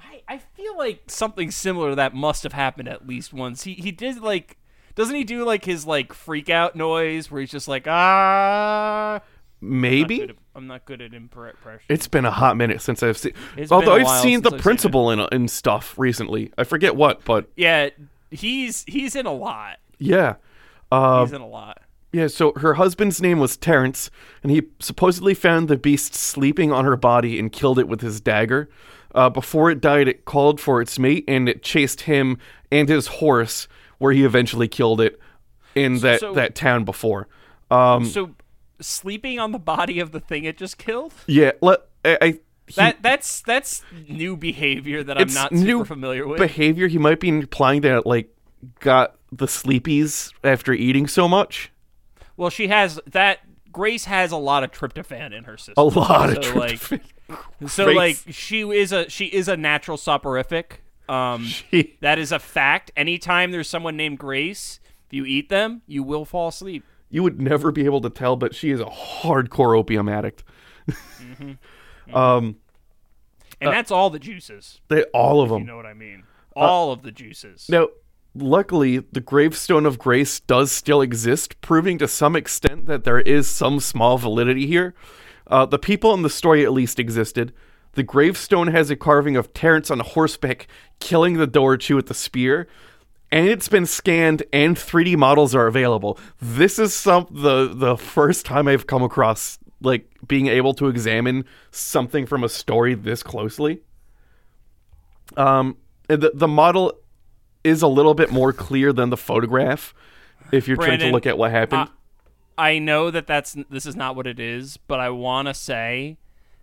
A: I, I feel like something similar to that must have happened at least once. He he did like doesn't he do like his like freak out noise where he's just like ah
B: Maybe
A: Good at- I'm not good at impre- impression.
B: it's been a hot minute since I've seen.
A: It's been
B: although
A: a
B: I've
A: while
B: seen
A: since
B: the
A: I've seen it.
B: principal in in stuff recently. I forget what, but
A: yeah, he's he's in a lot.
B: yeah,
A: he's in a lot.
B: yeah. So her husband's name was Terence, and he supposedly found the beast sleeping on her body and killed it with his dagger. Uh, before it died, it called for its mate and it chased him and his horse, where he eventually killed it in that
A: so-
B: that town before. Um,
A: so sleeping on the body of the thing it just killed.
B: Yeah, let I. I he-
A: That that's that's new behavior that I'm
B: it's
A: not super
B: new
A: familiar with.
B: behavior. He might be implying that like got the sleepies after eating so much.
A: well, she has that. Grace has a lot of tryptophan in her system.
B: A lot of
A: So,
B: tryptophan.
A: Like, so
B: Grace-
A: like she is a she is a natural soporific. Um,
B: Gee.
A: that is a fact. Anytime there's someone named Grace, if you eat them, you will fall asleep.
B: you would never be able to tell, but she is a hardcore opium addict. Uh,
A: And that's all the juices.
B: They all of them.
A: You know what I mean?
B: uh,
A: All of the juices.
B: Now, luckily, the gravestone of grace does still exist, proving to some extent that there is some small validity here. Uh, the people in the story at least existed. The gravestone has a carving of Terence on horseback killing the Doorchu with the spear, and it's been scanned and 3D models are available. This is some the the first time I've come across like being able to examine something from a story this closely. Um, and the the model is a little bit more clear than the photograph if you're trying
A: Brandon,
B: to look at what happened.
A: I know that that's this is not what it is, but I want to say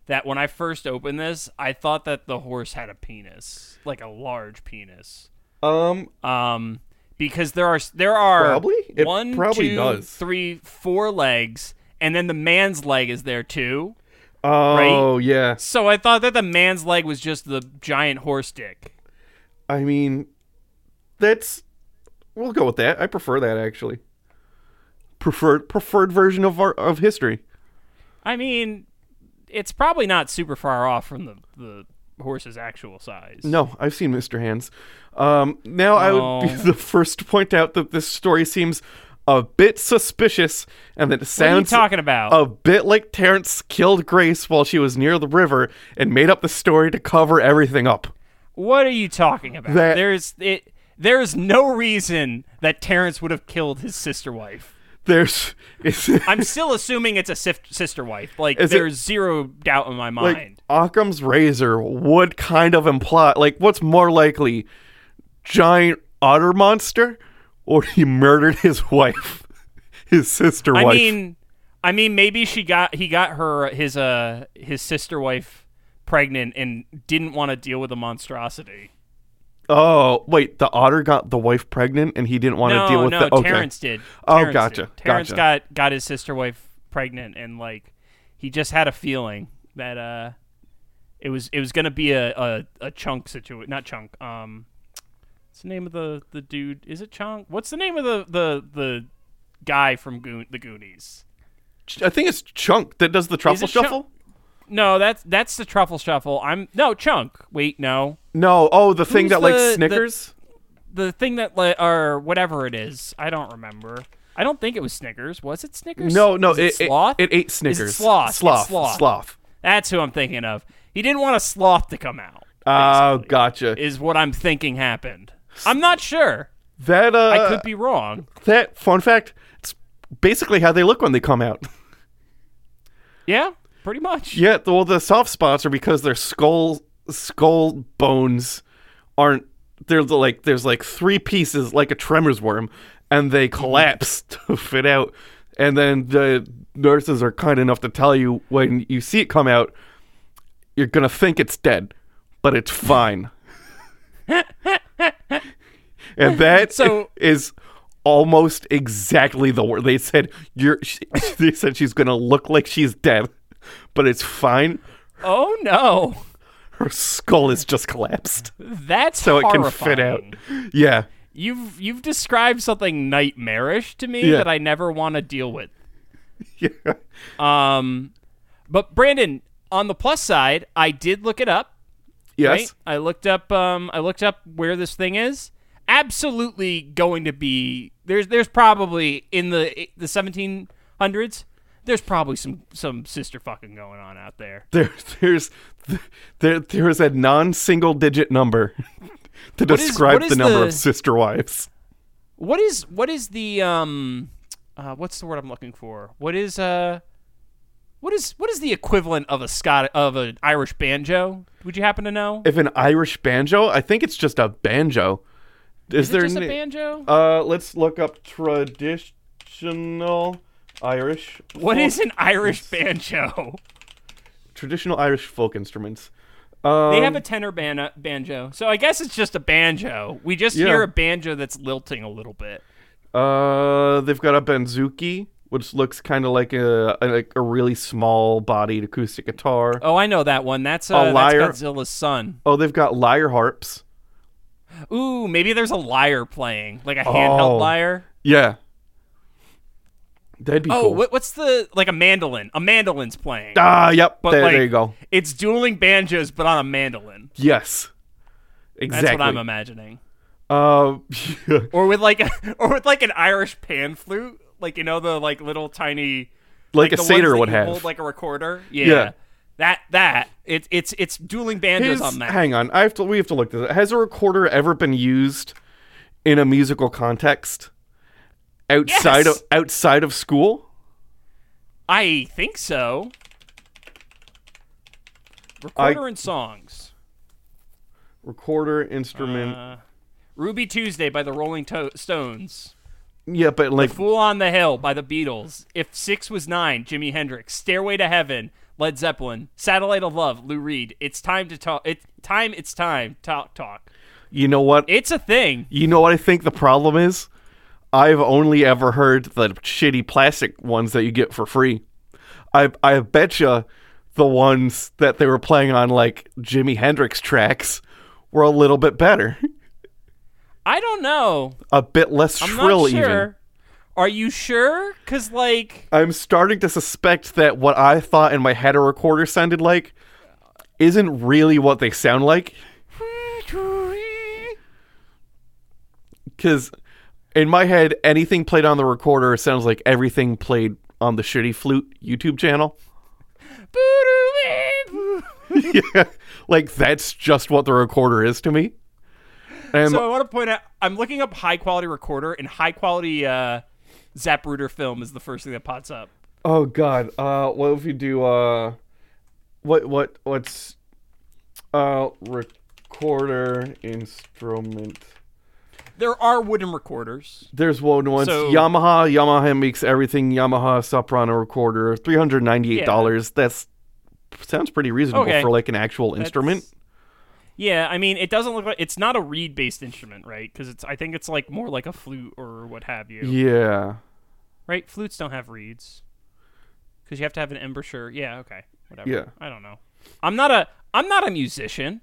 A: that when I first opened this, I thought that the horse had a penis, like a large penis.
B: um,
A: Um, because there are there are
B: Probably? It
A: one,
B: probably
A: two,
B: does.
A: three, four legs, and then the man's leg is there too.
B: oh yeah.
A: So I thought that the man's leg was just the giant horse dick.
B: I mean, that's we'll go with that. I prefer that actually. Preferred preferred version of our, of history.
A: I mean, it's probably not super far off from the the horse's actual size.
B: No, I've seen Mr. Hands. Um, now I would be
A: No.
B: the first to point out that this story seems a bit suspicious and that it
A: what are you
B: sounds
A: talking about?
B: a bit like Terrence killed Grace while she was near the river and made up the story to cover everything up.
A: What are you talking about?
B: That-
A: There's it. There's no reason that Terrence would have killed his sister wife.
B: There's it's
A: I'm still assuming it's a sif- sister wife. Like
B: Is it-
A: there's zero doubt in my mind.
B: like Occam's razor would kind of imply like what's more likely giant otter monster or he murdered his wife his sister
A: I
B: wife
A: mean, I mean, maybe she got he got her his uh his sister wife pregnant and didn't want to deal with the monstrosity.
B: oh wait the otter got the wife pregnant and he didn't want
A: no,
B: to deal with
A: no,
B: the okay
A: Terrence did.
B: Oh,
A: Terrence
B: gotcha,
A: Did. Terrence
B: gotcha.
A: got got his sister wife pregnant, and like he just had a feeling that uh, it was it was gonna be a a, a chunk situation. Not chunk. Um, what's the name of the the dude? Is it chunk? What's the name of the the the guy from Goon- the Goonies?
B: Ch- I think it's Chunk that does the truffle
A: it Chunk?
B: shuffle
A: No, that's that's the truffle shuffle. I'm no chunk. Wait, no.
B: no oh the thing
A: Who's
B: that likes
A: the- the-
B: Snickers
A: The thing that li- or whatever it is, I don't remember. I don't think it was Snickers. Was it Snickers?
B: no no
A: Is it,
B: it, it,
A: sloth?
B: it ate
A: Is it
B: Snickers
A: sloth. It's
B: sloth
A: sloth.
B: sloth
A: That's who I'm thinking of. He didn't want a sloth to come out.
B: oh
A: basically,
B: gotcha
A: Is what I'm thinking happened. I'm not sure.
B: that uh
A: I could be wrong.
B: that fun fact it's basically how they look when they come out
A: Yeah, pretty much.
B: Yeah, th- well, the soft spots are because their skull skull bones aren't. They're the- like there's like three pieces like a tremors worm, and they collapse to fit out. And then the nurses are kind enough to tell you when you see it come out, you're gonna think it's dead, but it's fine. and that
A: So-
B: is almost exactly the word they said. You're. They said she's gonna look like she's dead, but it's fine.
A: Oh no,
B: Her skull is just collapsed,
A: that's
B: so it can fit out.
A: horrifying.
B: Yeah.
A: You've you've described something nightmarish to me
B: Yeah.
A: that I never want to deal with.
B: Yeah.
A: Um, but Brandon, on the plus side, I did look it up.
B: Yes.
A: Right? I looked up. Um, I looked up where this thing is. Absolutely going to be there's there's probably in the eh, the 1700s. There's probably some some sister fucking going on out there.
B: There, there's there there is a non-single digit number to
A: is-
B: describe
A: what
B: the
A: is
B: number
A: the-
B: of sister wives.
A: What is what is the um, uh, what's the word I'm looking for? What is uh, what is what is the equivalent of a Scott of an Irish banjo? Would you happen to know?
B: If an Irish banjo, I think it's just a banjo. Is,
A: Is it
B: there
A: just a
B: na-
A: banjo?
B: Uh, let's look up traditional Irish.
A: What
B: folk-
A: is an Irish banjo?
B: traditional Irish folk instruments? Um,
A: They have a tenor ban- banjo, so I guess it's just a banjo. We just
B: Yeah.
A: hear a banjo that's lilting a little bit.
B: Uh, they've got a banzuki, which looks kind of like a, a like a really small bodied acoustic guitar.
A: Oh, I know that one. That's, uh,
B: liar.
A: that's Godzilla's son.
B: Oh, they've got lyre harps,
A: Ooh, maybe there's a lyre playing, like a handheld
B: Oh.
A: lyre.
B: Yeah. That'd be
A: Oh,
B: cool.
A: what, what's the like a mandolin? A mandolin's playing.
B: Ah, yep.
A: But
B: there,
A: like,
B: there you go.
A: It's dueling banjos, but on a mandolin.
B: Yes.
A: That's
B: Exactly.
A: what I'm imagining.
B: Uh,
A: Or with like, a, or with like an Irish pan flute, like you know the like little tiny,
B: Like a
A: the ones
B: satyr
A: that
B: would
A: you
B: have.
A: hold like a recorder. Yeah.
B: Yeah.
A: That that it's it's it's dueling banjos
B: Has-
A: on that.
B: Hang on, I have to. We have to look this. Up. Has a recorder ever been used in a musical context outside
A: Yes!
B: of outside of school?
A: I think so. Recorder and songs.
B: Recorder instrument.
A: Uh, Ruby Tuesday by the Rolling to- Stones.
B: yeah, but like
A: Fool on the Hill by the Beatles. If Six Was Nine, Jimi Hendrix. Stairway to Heaven, Led Zeppelin. Satellite of Love, Lou Reed. It's time to talk. It time. It's time. Talk talk.
B: you know what?
A: It's a thing.
B: you know what I think the problem is. I've only ever heard the shitty plastic ones that you get for free. I I betcha the ones that they were playing on like Jimi Hendrix tracks were a little bit better,
A: I don't know.
B: a bit less
A: I'm
B: shrill
A: not
B: even.
A: sure. Are you sure? Cause like
B: I'm starting to suspect that what I thought in my head a recorder sounded like isn't really what they sound like. Because in my head, anything played on the recorder sounds like everything played on the Shitty Flute YouTube channel. yeah, like that's just what the recorder is to me. And
A: So I want to point out, I'm looking up high quality recorder, and high quality uh, Zapruder film is the first thing that pops up.
B: oh god, uh, what if you do? Uh, what what what's uh recorder instrument?
A: There are wooden recorders.
B: There's one once
A: So-
B: Yamaha. Yamaha makes everything. Yamaha soprano recorder, three hundred ninety-eight dollars. That's sounds pretty reasonable
A: Okay.
B: for like an actual instrument.
A: That's- Yeah, I mean, it doesn't look like it's not a reed based instrument, right? Because it's, I think it's like more like a flute or what have you,
B: Yeah,
A: right? Flutes don't have reeds because you have to have an embouchure. Yeah, okay, whatever.
B: Yeah.
A: I don't know. I'm not a, I'm not a musician.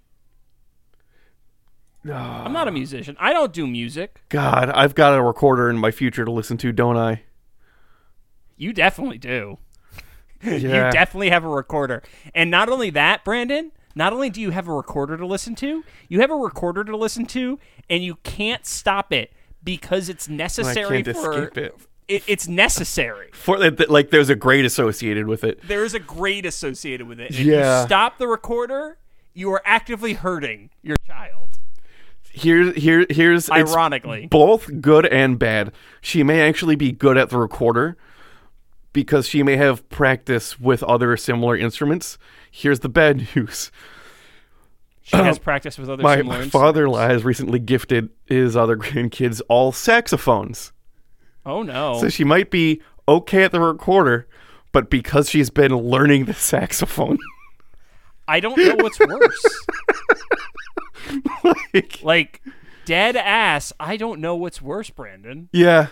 A: I'm not a musician. I don't do music.
B: God, I've got a recorder in my future to listen to, don't I?
A: You definitely do.
B: Yeah.
A: You definitely have a recorder. And not only that, Brandon, not only do you have a recorder to listen to, you have a recorder to listen to, and you can't stop it because it's necessary
B: can't
A: for.
B: escape it.
A: it's necessary.
B: For that, that- like, there's a grade associated with it.
A: There is a grade associated with it. If
B: Yeah.
A: you stop the recorder, you are actively hurting your child.
B: Here, here, here's it's
A: Ironically.
B: both good and bad. She may actually be good at the recorder because she may have practice with other similar instruments. Here's the bad news.
A: she has practiced with other
B: my,
A: similar
B: my
A: ins-
B: father has recently gifted his other grandkids all saxophones.
A: Oh no.
B: So she might be okay at the recorder, but because she's been learning the saxophone,
A: I don't know what's worse.
B: like,
A: like dead ass, I don't know what's worse, Brandon.
B: yeah,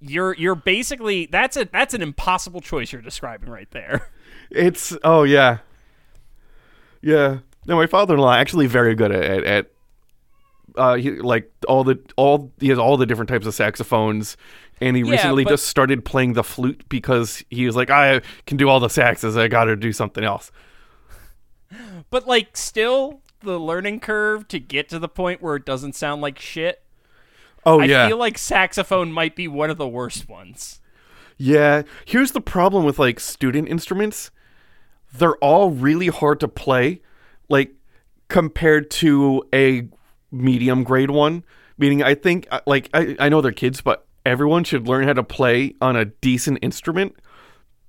A: you're you're basically that's a that's an impossible choice you're describing right there.
B: it's oh yeah, yeah. No, my father-in-law actually very good at at, at uh, he, like all the all he has all the different types of saxophones, and he
A: Yeah,
B: recently
A: but-
B: just started playing the flute because he was like, I can do all the saxes, I got to do something else.
A: But like still the learning curve to get to the point where it doesn't sound like shit.
B: Oh
A: I
B: yeah,
A: feel like saxophone might be one of the worst ones.
B: Yeah, here's the problem with like student instruments. They're all really hard to play like compared to a medium grade one, meaning I think uh, like I I know they're kids, but everyone should learn how to play on a decent instrument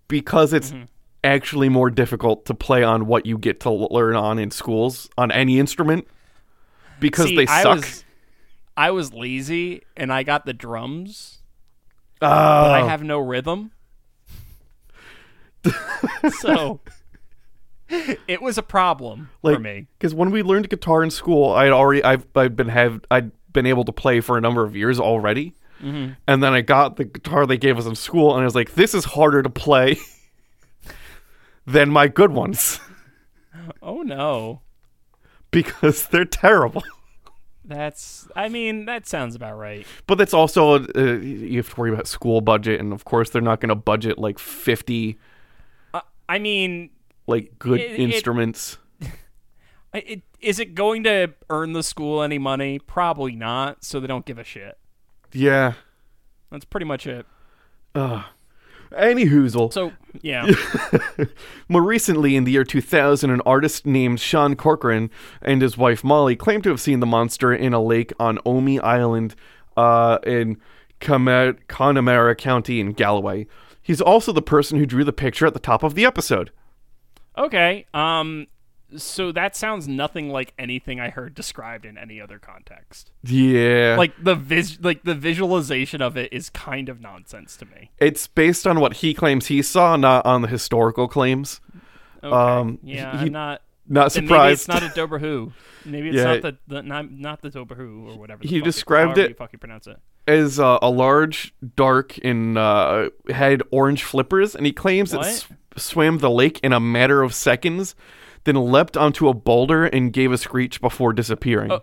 B: because it's
A: Mm-hmm.
B: actually more difficult to play on what you get to l- learn on in schools on any instrument because
A: See,
B: they
A: I
B: suck.
A: was I was lazy and I got the drums.
B: Ah.
A: But I have no rhythm. so it was a problem for me.
B: Because when we learned guitar in school, I had already I've I've been have I'd been able to play for a number of years already,
A: Mm-hmm.
B: and then I got the guitar they gave us in school, and I was like, this is harder to play than my good ones
A: Oh no.
B: because they're terrible.
A: That's. I mean, that sounds about right.
B: But that's also uh, you have to worry about school budget, and of course they're not going to budget like fifty
A: I mean,
B: like good
A: It- it-
B: instruments.
A: I- it, is it going to earn the school any money? Probably not. So they don't give a shit.
B: yeah.
A: That's pretty much it.
B: Any hoozle.
A: So yeah,
B: More recently, in the year 2000, an artist named Sean Corcoran and his wife Molly claimed to have seen the monster in a lake on Omi Island uh, in Comer- Connemara County in Galloway. He's also the person who drew the picture at the top of the episode.
A: okay. Um, so that sounds nothing like anything I heard described in any other context.
B: Yeah.
A: Like the vis, like the visualization of it is kind of nonsense to me.
B: it's based on what he claims he saw, not on the historical claims.
A: Okay.
B: Um,
A: yeah,
B: he-
A: I'm not.
B: Not
A: then
B: surprised.
A: Maybe it's not a Doberhu. Maybe it's
B: Yeah.
A: not the, the not, not the Doberhu or whatever. the
B: He
A: fuck
B: described
A: however
B: it-
A: You fucking pronounce it.
B: is uh, a large, dark, and uh, had orange flippers, and he claims
A: What?
B: it sw- swam the lake in a matter of seconds, then leapt onto a boulder and gave a screech before disappearing.
A: Uh.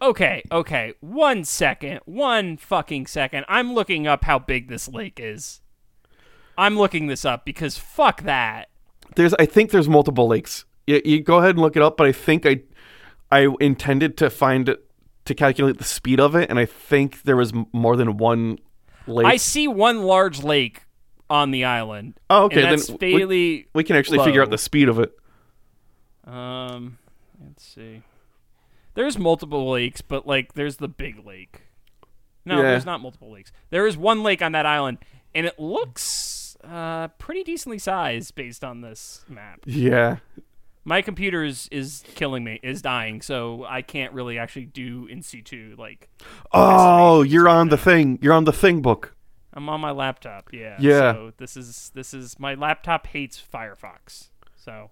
A: Okay, okay. One second. One fucking second. I'm looking up how big this lake is. I'm looking this up because fuck that.
B: There's, I think, there's multiple lakes. You, you go ahead and look it up, but I think I, I intended to find it to calculate the speed of it, and I think there was m- more than one lake.
A: I see one large lake on the island.
B: Oh, okay,
A: and
B: then
A: that's
B: w-
A: fairly
B: we can actually figure out
A: low.
B: the speed of it.
A: Um, let's see. There's multiple lakes, but like there's the big lake. No,
B: Yeah.
A: there's not multiple lakes. There is one lake on that island, and it looks uh pretty decently sized based on this map.
B: Yeah.
A: My computer is is killing me, is dying, so I can't really actually do in situ. Like
B: Oh, you're on the thing. You're on the thing book.
A: I'm on my laptop. Yeah.
B: Yeah.
A: So this is this is my laptop hates Firefox. So,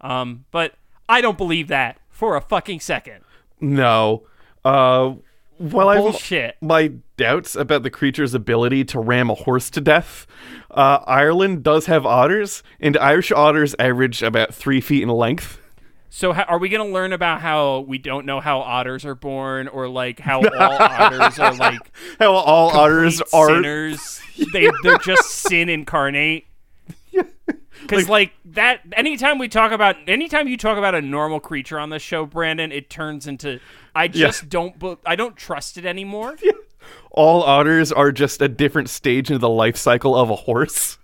A: um, but I don't believe that for a fucking second.
B: No. Uh, well,
A: Bullshit.
B: I've my doubts about the creature's ability to ram a horse to death. Uh, Ireland does have otters, and Irish otters average about three feet in length.
A: So how, are we going to learn about how we don't know how otters are born, or like how all otters are like
B: Hell, all otters
A: complete
B: are
A: sinners? They they're just sin incarnate. Because like, that, anytime we talk about, anytime you talk about a normal creature on the show, Brandon, it turns into I just don't, bel- I don't trust it anymore.
B: all otters are just a different stage in the life cycle of a horse.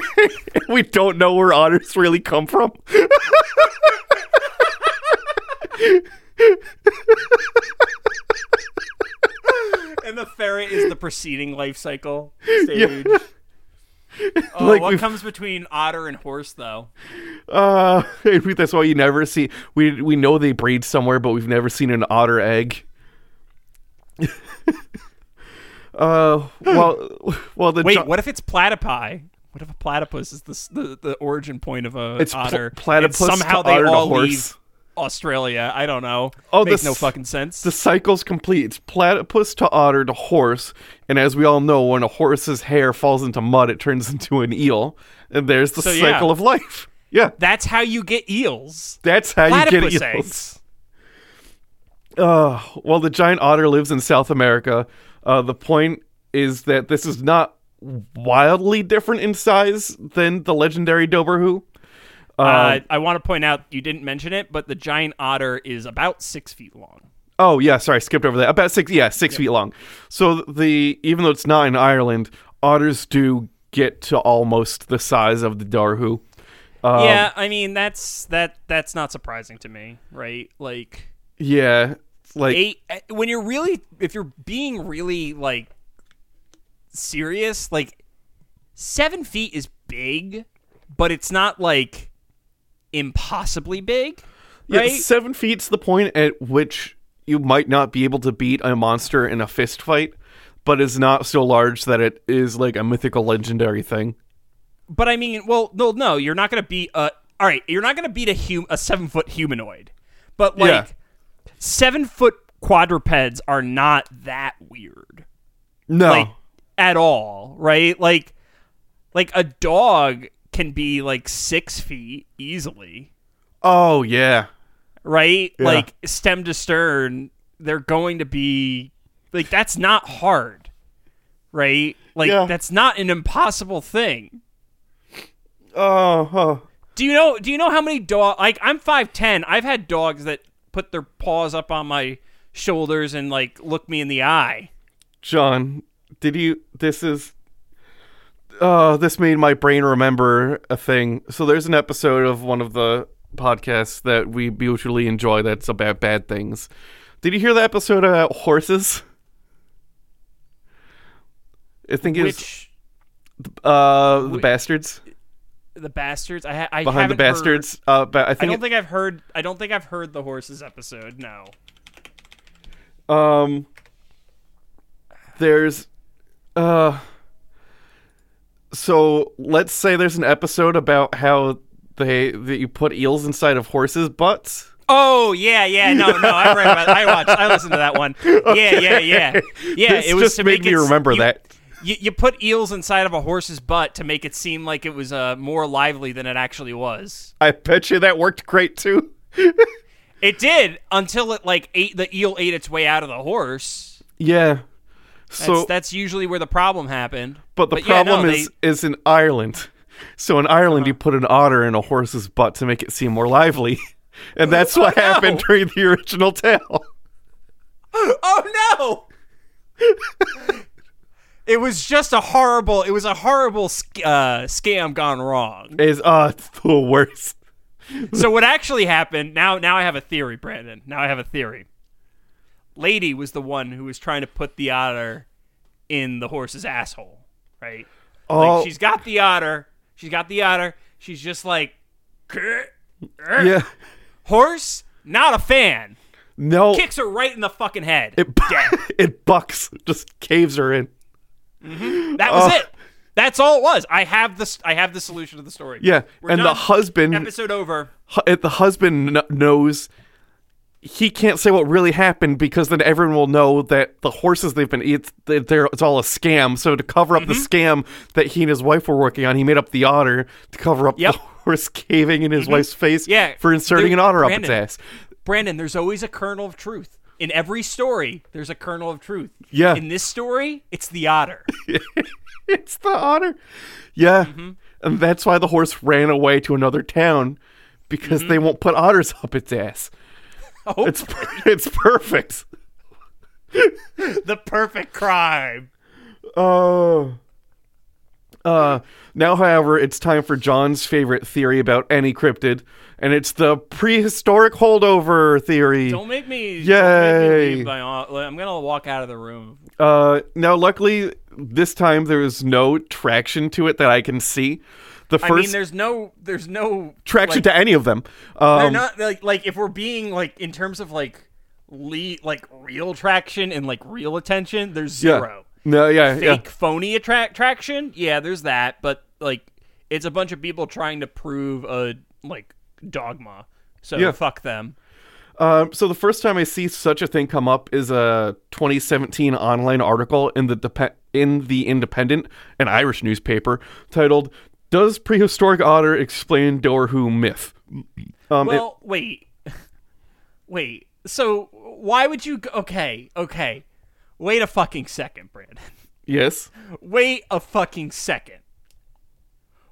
B: we don't know where otters really come from.
A: And the ferret is the preceding life cycle stage. Oh,
B: Like
A: what
B: we've-
A: comes between otter and horse, though?
B: Uh, that's why you never see. We we know they breed somewhere, but we've never seen an otter egg. uh, well, well, the
A: Wait,
B: jo-
A: what if it's platypi? What if a platypus is the s- the, the origin point of a
B: It's pl-
A: otter? and
B: platypus to
A: somehow they
B: otter to
A: all
B: horse.
A: leave Australia. I don't know.
B: Oh,
A: makes
B: this-
A: no fucking sense.
B: The cycle's complete. It's platypus to otter to horse, and as we all know, when a horse's hair falls into mud, it turns into an eel, and there's the
A: So, yeah.
B: cycle of life. Yeah,
A: That's how you get eels.
B: that's how you get
A: Platypus
B: eels.
A: eggs.
B: Uh, well, the giant otter lives in South America. Uh, the point is that this is not wildly different in size than the legendary Doberhu.
A: Uh,
B: Um,
A: I want to point out you didn't mention it, but the giant otter is about six feet long.
B: Oh yeah, sorry, I skipped over that. About six, yeah, six feet long. So the even though it's not in Ireland, otters do get to almost the size of the Darhu. Um,
A: yeah, I mean that's that that's not surprising to me, right? Like
B: Yeah, like
A: eight eh, when you're really if you're being really like serious like seven feet is big but it's not like impossibly big
B: yeah,
A: right
B: seven feet's the point at which you might not be able to beat a monster in a fist fight, but is not so large that it is like a mythical legendary thing.
A: but i mean well no no you're not gonna beat a all right you're not gonna beat a hum a seven foot humanoid but like
B: Yeah.
A: seven foot quadrupeds are not that weird
B: No.
A: like at all, right? Like like a dog can be like six feet easily,
B: oh yeah.
A: right? Like stem to stern, they're going to be like that's not hard, right? Like
B: Yeah.
A: that's not an impossible thing.
B: Oh, huh.
A: Do you know? Do you know how many dog? Like I'm five ten. I've had dogs that put their paws up on my shoulders and like look me in the eye.
B: John, did you? This is. Uh, this made my brain remember a thing. So there's an episode of one of the podcasts that we mutually enjoy that's about bad things. Did you hear the episode about horses? I think it's
A: Which
B: uh the bastards
A: the bastards? I ha- I
B: behind the
A: haven't heard-
B: bastards. Uh, but I
A: I
B: think,
A: don't think I've heard. I don't think I've heard the horses episode. No.
B: um there's uh so let's say there's an episode about how they that you put eels inside of horses' butts.
A: Oh yeah, yeah. No, no. I read about. I watched. I listened to that one. Yeah, yeah, yeah, yeah.
B: This
A: it was
B: just
A: to
B: made
A: make
B: me
A: it s-
B: remember
A: you-
B: that.
A: You, you put eels inside of a horse's butt to make it seem like it was uh, more lively than it actually was.
B: I bet you that worked great too.
A: It did until it like ate the eel ate its way out of the horse.
B: Yeah.
A: That's,
B: So
A: that's usually where the problem happened.
B: but the
A: yeah, no, Uh-huh.
B: problem is is in Ireland. So in Ireland you put an otter in a horse's butt to make it seem more lively. And that's what
A: Oh, no.
B: happened during the original tale.
A: they- oh no! it was just a horrible. It was a horrible sc- uh, scam gone wrong.
B: Is uh it's the worst.
A: so what actually happened? Now, now I have a theory, Brandon. Now I have a theory. Lady was the one who was trying to put the otter in the horse's asshole, right?
B: Oh.
A: Like she's got the otter. She's got the otter. She's just like, "Grr."
B: Yeah.
A: horse, not a fan.
B: No.
A: Kicks her right in the fucking head.
B: Oh. It, it bucks, just caves her in.
A: that was
B: oh.
A: it. That's all it was. I have this. I have the solution to the story.
B: Yeah,
A: We're
B: and the
A: done.
B: husband,
A: Episode over.
B: hu- if the husband kn- knows he can't say what really happened because then everyone will know that the horses they've been eat, that they're, it's all a scam. So to cover up the
A: Mm-hmm.
B: scam that he and his wife were working on, he made up the otter to cover up
A: Yep. Mm-hmm.
B: the horse caving in his wife's face
A: Yeah,
B: for inserting
A: dude,
B: an otter
A: Brandon.
B: up its ass.
A: Brandon, there's always a kernel of truth. In every story, there's a kernel of truth.
B: Yeah.
A: In this story, it's the otter.
B: it's the otter. Yeah.
A: Mm-hmm.
B: And that's why the horse ran away to another town because
A: Mm-hmm.
B: they won't put otters up its ass.
A: Oh,
B: It's it's perfect.
A: the perfect crime.
B: Oh. Uh, now, however, it's time for John's favorite theory about any cryptid, and it's the prehistoric holdover theory.
A: Don't make me. don't make me
B: Yay.
A: leave my au- I'm gonna walk out of the room.
B: Uh, now, luckily, this time there is no traction to it that I can see. The first
A: I mean, there's no, there's no
B: traction
A: like,
B: to any of them.
A: They're
B: Um,
A: not like like if we're being like in terms of like le- like real traction and like real attention, there's
B: yeah.
A: zero.
B: No, yeah, yeah.
A: Fake phony attract traction, yeah, there's that, but like it's a bunch of people trying to prove a like dogma. So
B: Yeah.
A: fuck them.
B: Um, so the first time I see such a thing come up is a 2017 online article in the Depe- in the Independent, an Irish newspaper, titled "Does Prehistoric Otter Explain Dorhu Myth?" Um, it-
A: Well, wait, wait. So why would you? Go- okay, okay. Wait a fucking second, Brandon.
B: yes,
A: Wait a fucking second.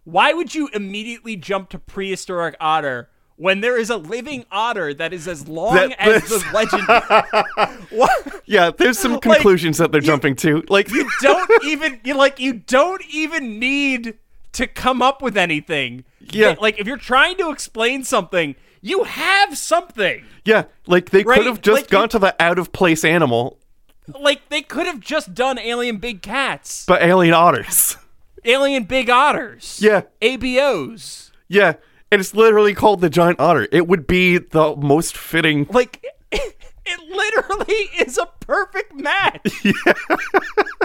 A: Why would you immediately jump to prehistoric otter when there is a living otter that is as long
B: That-
A: as the legend? what?
B: yeah. There's some conclusions that they're jumping to. Like,
A: Don't even you like you don't even need to come up with anything.
B: Yeah.
A: Like if you're trying to explain something, you have something.
B: yeah, like they
A: Right,
B: could have just
A: like
B: gone
A: you-
B: to the out of place animal,
A: Like they could have just done alien big cats,
B: but alien otters.
A: alien big otters.
B: Yeah.
A: ABOs.
B: yeah, and it's literally called the giant otter. It would be the most fitting.
A: Like it, literally is a perfect match.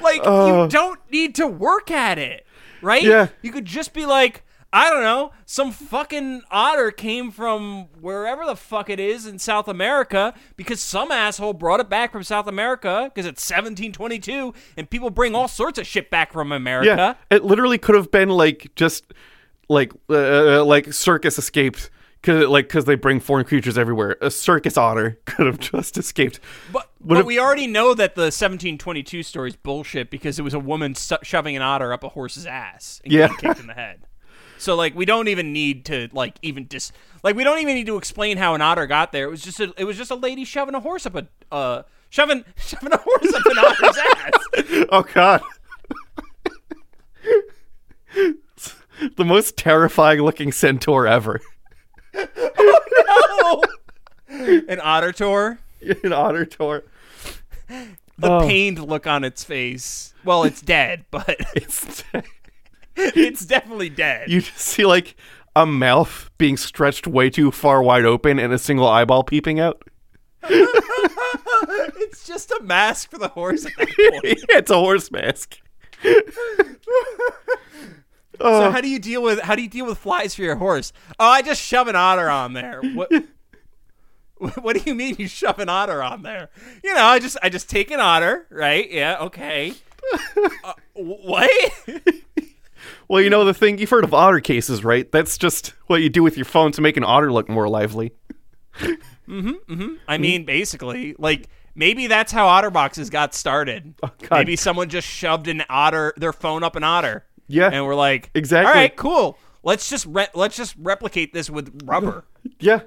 A: like you don't need to work at it, right?
B: Uh. Yeah.
A: You could just be like, I don't know, some fucking otter came from wherever the fuck it is in South America because some asshole brought it back from South America because it's 1722 and people bring all sorts of shit back from America.
B: Yeah, it literally could have been like just like uh, like uh, circus escapes Cause like cause they bring foreign creatures everywhere. A circus otter could have just escaped.
A: But,
B: What
A: but
B: if-
A: we already know that the 1722 story is bullshit because it was a woman su- shoving an otter up a horse's ass and
B: Yeah.
A: getting kicked in the head. So like we don't even need to like even dis like we don't even need to explain how an otter got there. It was just a, it was just a lady shoving a horse up a uh shoving shoving a horse up an otter's ass.
B: Oh god. the most terrifying looking centaur ever.
A: Oh, an otter tour.
B: An otter tour.
A: The
B: Oh.
A: pained look on its face. Well, it's dead, but
B: It's
A: it's definitely dead.
B: you just see like a mouth being stretched way too far wide open and a single eyeball peeping out.
A: it's just a mask for the horse at that point.
B: it's a horse mask. Oh,
A: So how do you deal with how do you deal with flies for your horse? Oh, I just shove an otter on there. What? what do you mean you shove an otter on there? You know, I just I just take an otter, right? Yeah, okay. Uh, wh- what?
B: Well, you know the thing you've heard of otter cases, right? That's just what you do with your phone to make an otter look more lively.
A: I mean, basically, like maybe that's how OtterBoxes got started.
B: Oh, God.
A: maybe someone just shoved an otter their phone up an otter.
B: Yeah.
A: and we're like,
B: Exactly.
A: All right, cool. Let's just re- let's just replicate this with rubber.
B: Yeah.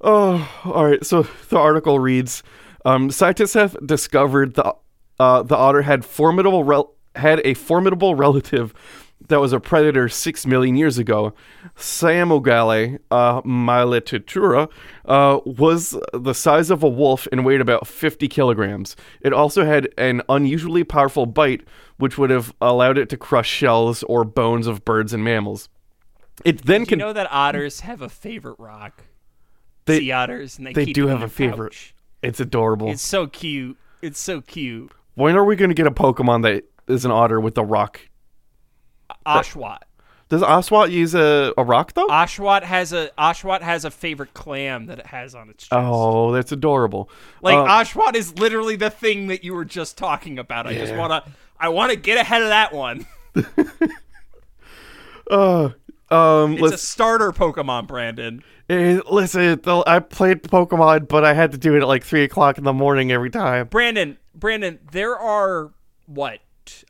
B: Oh, all right. So the article reads: um, Scientists have discovered the uh, the otter had formidable rel- had a formidable relative that was a predator six million years ago. Samogale uh, myelititura uh, was the size of a wolf and weighed about fifty kilograms. It also had an unusually powerful bite, which would have allowed it to crush shells or bones of birds and mammals. It then
A: You
B: can
A: know that otters have a favorite rock.
B: They-
A: sea otters, and they,
B: they
A: keep
B: do
A: it in
B: have
A: their
B: a favorite. Oh.
A: pouch.
B: It's adorable.
A: It's so cute. It's so cute.
B: when are we going to get a Pokemon that is an otter with a rock?
A: Oshawott.
B: Does Oswat use a, a rock though?
A: Oshawott has a Oshawott has a favorite clam that it has on its chest.
B: oh, that's adorable.
A: like
B: Uh,
A: Oshawott is literally the thing that you were just talking about. I just wanna I wanna get ahead of that one.
B: um,
A: It's a
B: listen,
A: starter Pokemon, Brandon.
B: eh, listen, though, I played Pokemon, but I had to do it at like three o'clock in the morning every time.
A: Brandon, Brandon, there are what?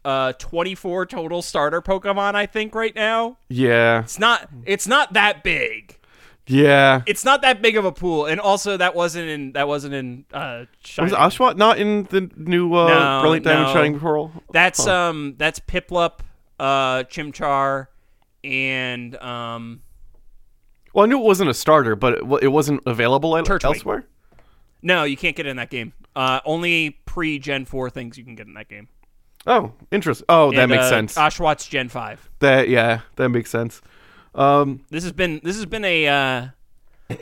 A: Uh, 24 total starter Pokemon, I think, right now.
B: Yeah,
A: It's not. It's not that big.
B: yeah.
A: It's not that big of a pool, and also that wasn't in. That wasn't in. Uh, China.
B: Was Oswat not in the new uh,
A: No,
B: Brilliant Diamond
A: no.
B: Shining Pearl?
A: That's um that's Piplup, uh Chimchar, and um
B: Well, I knew it wasn't a starter, but it, wa- it wasn't available el-
A: Turtwig.
B: elsewhere.
A: no, you can't get it in that game. Uh only pre Gen 4 things you can get in that game.
B: Oh, interesting. Oh, that
A: And,
B: makes
A: uh,
B: sense.
A: Oshawot's Gen 5.
B: that yeah, that makes sense. Um,
A: This has been this has been a uh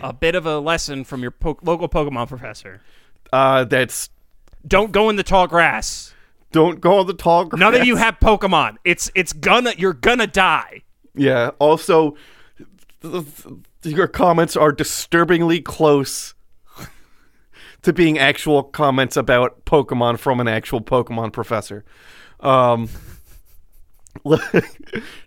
A: a bit of a lesson from your po- local Pokemon professor.
B: uh, that's
A: Don't go in the tall grass.
B: Don't go on the tall grass.
A: None of you have Pokemon. It's it's gonna you're gonna die.
B: Yeah. Also, th- th- your comments are disturbingly close to being actual comments about Pokemon from an actual Pokemon professor. Um,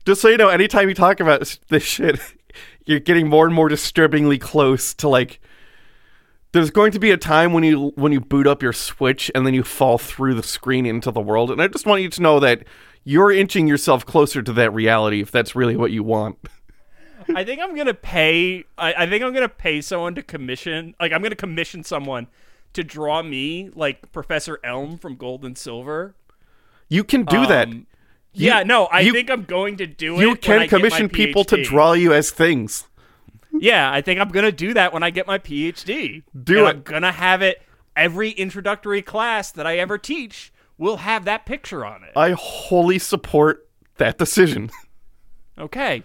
B: just so you know, anytime you talk about s- this shit, you're getting more and more disturbingly close to like. There's going to be a time when you when you boot up your Switch and then you fall through the screen into the world, and I just want you to know that you're inching yourself closer to that reality if that's really what you want.
A: I think I'm gonna pay. I, I think I'm gonna pay someone to commission. Like I'm gonna commission someone to draw me like Professor Elm from Gold and Silver.
B: You can do that.
A: Um, yeah, no, I
B: you-
A: think I'm going to do it.
B: You
A: when I get
B: can
A: my
B: commission people to
A: PhD.
B: draw you as things.
A: Yeah, I think I'm gonna do that when I get my PhD.
B: Do
A: And
B: it.
A: I'm gonna have it. Every introductory class that I ever teach will have that picture on it.
B: I wholly support that decision.
A: Okay.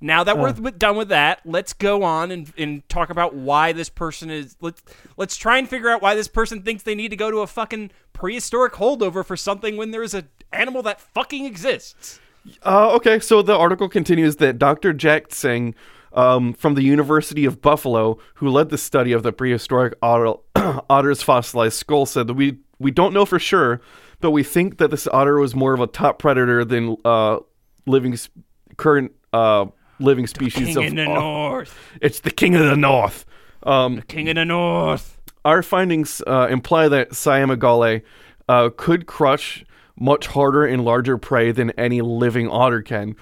A: Now that we're th- done with that, let's go on and, and talk about why this person is. Let's let's try and figure out why this person thinks they need to go to a fucking prehistoric holdover for something when there is a animal that fucking exists.
B: Uh, okay, so the article continues that Dr. Jack Singh um, from the University of Buffalo, who led the study of the prehistoric otter, otter's fossilized skull, said that we, we don't know for sure, but we think that this otter was more of a top predator than uh, living s- current uh, living species
A: King
B: of
A: in the
B: uh,
A: North.
B: It's the king of the north. Um,
A: King in the North.
B: our findings uh, imply that Siamagale uh, could crush much harder and larger prey than any living otter can.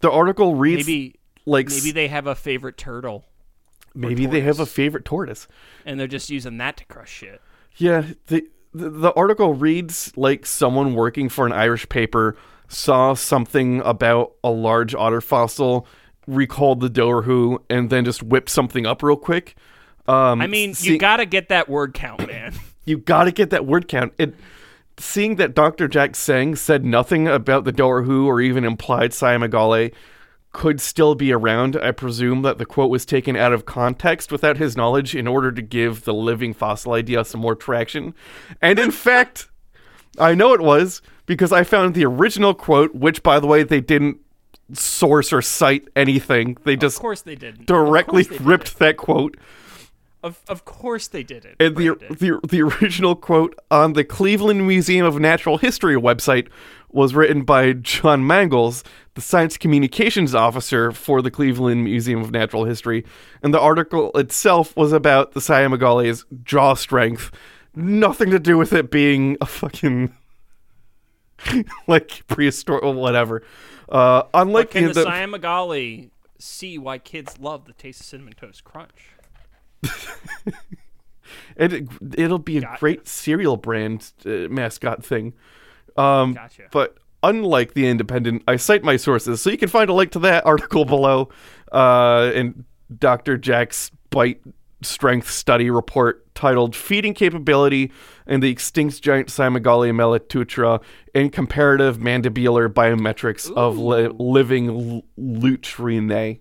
B: The article reads
A: Maybe
B: like
A: maybe they have a favorite turtle
B: maybe they have a favorite tortoise.
A: and they're just using that to crush shit.
B: Yeah, the, the the article reads like someone working for an Irish paper saw something about a large otter fossil, recalled the Dorhu, and then just whipped something up real quick. Um,
A: I mean,
B: see-
A: you gotta get that word count, man.
B: you got to get that word count. It seeing that Dr. Jack Seng said nothing about the Dorhu or even implied Siamagale could still be around. I presume that the quote was taken out of context without his knowledge in order to give the living fossil idea some more traction. And in fact, I know it was because I found the original quote, which by the way they didn't source or cite anything. They
A: of
B: just
A: course they didn't. Of
B: directly
A: course they
B: ripped
A: didn't.
B: that quote.
A: Of of course they didn't.
B: And the,
A: Brandon.
B: the the original quote on the Cleveland Museum of Natural History website was written by John Mangles, the science communications officer for the Cleveland Museum of Natural History, and the article itself was about the Siamagale's jaw strength, nothing to do with it being a fucking like prehistoric whatever. Uh, unlike
A: Can
B: in
A: the,
B: the-
A: Siamagali see why kids love the taste of cinnamon toast crunch?
B: It it'll be a
A: Got-
B: great cereal brand uh, mascot thing. Um,
A: Gotcha.
B: But unlike the Independent, I cite my sources, so you can find a link to that article below, uh, in Dr. Jack's bite strength study report titled "Feeding Capability and the Extinct Giant Cymogalia melitutra in Comparative Mandibular Biometrics of li- Living Lutrinae."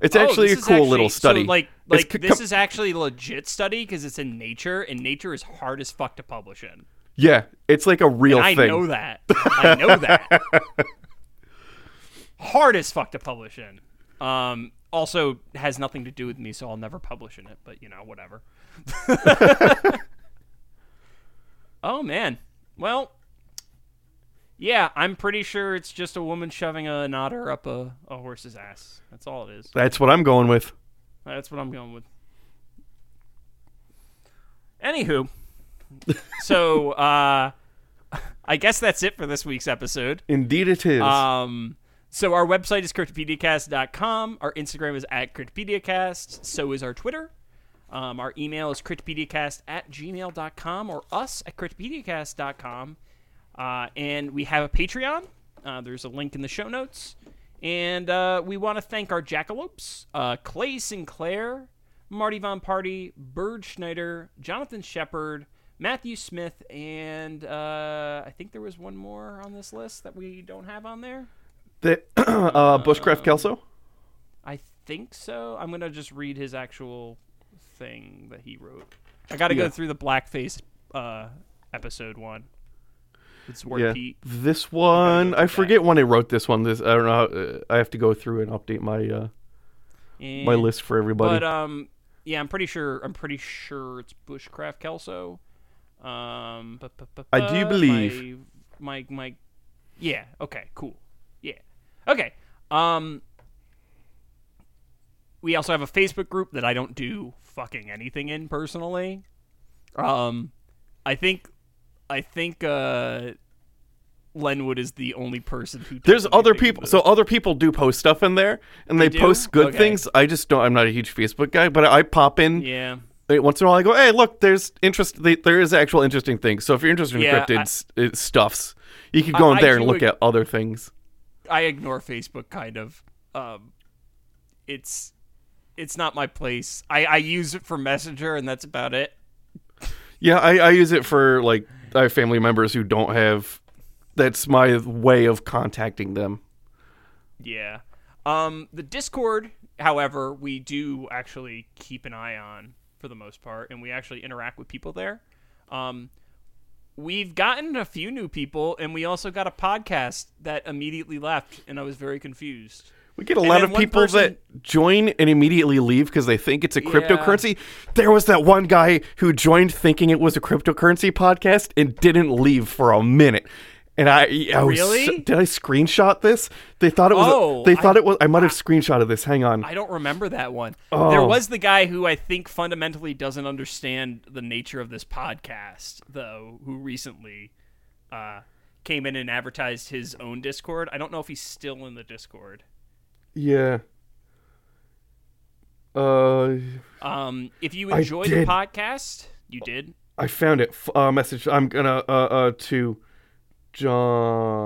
B: It's actually
A: Oh,
B: a
A: this is
B: cool little
A: actually-
B: study.
A: So like,
B: It's
A: like
B: c-
A: this
B: com-
A: is actually a legit study because it's in Nature, and Nature is hard as fuck to publish in.
B: yeah, it's like a real
A: I
B: thing.
A: know that. I know that. Hard as fuck to publish in. Um, also has nothing to do with me, so I'll never publish in it. But you know, whatever. oh man. Well. Yeah, I'm pretty sure it's just a woman shoving a, an otter up a, a horse's ass. That's all it is.
B: That's what I'm going with.
A: That's what I'm going with. Anywho, so uh, I guess that's it for this week's episode.
B: Indeed, it is.
A: Um, so our website is cryptopediacast.com. Our Instagram is at cryptopediacast. So is our Twitter. Um, our email is cryptopediacast at gmail.com or us at cryptopediacast.com. Uh, and we have a Patreon. Uh, there's a link in the show notes. And uh, we want to thank our jackalopes, uh, Clay Sinclair, Marty Von Party, Bird Schneider, Jonathan Shepard, Matthew Smith, and uh, I think there was one more on this list that we don't have on there.
B: the, uh, Bushcraft Kelso.
A: I think so. I'm gonna just read his actual thing that he wrote. I gotta go through the blackface uh, episode one. It's Sword
B: Yeah,
A: Pete.
B: this one
A: through
B: I forget when I wrote this one. This I don't know. How, uh, I have to go through and update my uh, my
A: And-
B: list for everybody.
A: But um, yeah, I'm pretty sure. I'm pretty sure it's Bushcraft Kelso. Um, bu- bu- bu-
B: I do
A: bu-
B: believe.
A: my my, my yeah. Okay, cool. Yeah. Okay. Um, we also have a Facebook group that I don't do fucking anything in personally. Um, I think, I think uh, Lenwood is the only person who. does
B: There's
A: anything
B: other
A: in
B: people.
A: the-
B: So other people do post stuff in there, and they,
A: do?
B: post good
A: Okay.
B: things. I just don't. I'm not a huge Facebook guy, but I pop in
A: yeah.
B: like, once in a while. I go, hey, look, there's interest. They, there is actual interesting things. So if you're interested in
A: Yeah,
B: cryptid
A: I-
B: s- uh, stuffs, you could go
A: I-
B: in
A: I
B: there and
A: do
B: look
A: ag-
B: at other things.
A: I ignore Facebook kind of. Um, it's it's not my place. I, I use it for Messenger and that's about it.
B: Yeah, I, I use it for like I have family members who don't have. That's my way of contacting them.
A: Yeah. Um, the Discord, however, we do actually keep an eye on for the most part, and we actually interact with people there. Um, we've gotten a few new people, and we also got a podcast that immediately left, and I was very confused.
B: We get a
A: And
B: lot
A: then
B: of
A: one
B: people
A: person-
B: that join and immediately leave because they think it's a
A: Yeah.
B: cryptocurrency. There was that one guy who joined thinking it was a cryptocurrency podcast and didn't leave for a minute. And I, I was,
A: Really?
B: did I screenshot this? They thought it was.
A: Oh,
B: they thought
A: I-
B: it was. I might have screenshotted this. Hang on.
A: I don't remember that one.
B: Oh.
A: There was the guy who I think fundamentally doesn't understand the nature of this podcast, though, who recently uh, came in and advertised his own Discord. I don't know if he's still in the Discord.
B: yeah. Uh,
A: Um, if you
B: I
A: enjoy the
B: did.
A: podcast, you did.
B: I found it. F- Uh, message. I'm gonna uh uh to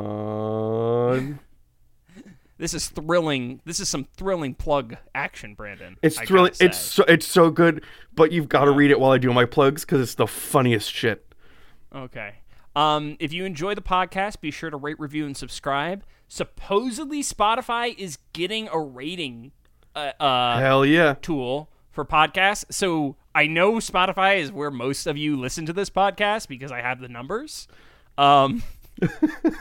B: John.
A: This is thrilling. This is some thrilling plug action, Brandon.
B: It's
A: I gotta
B: thrilling. It's
A: say.
B: so, it's so good, but you've got to read it while I do my plugs because it's the funniest shit.
A: Okay. Um, if you enjoy the podcast, be sure to rate, review, and subscribe. Supposedly, Spotify is getting a rating uh, uh,
B: Hell yeah.
A: tool for podcasts. So I know Spotify is where most of you listen to this podcast because I have the numbers. Um,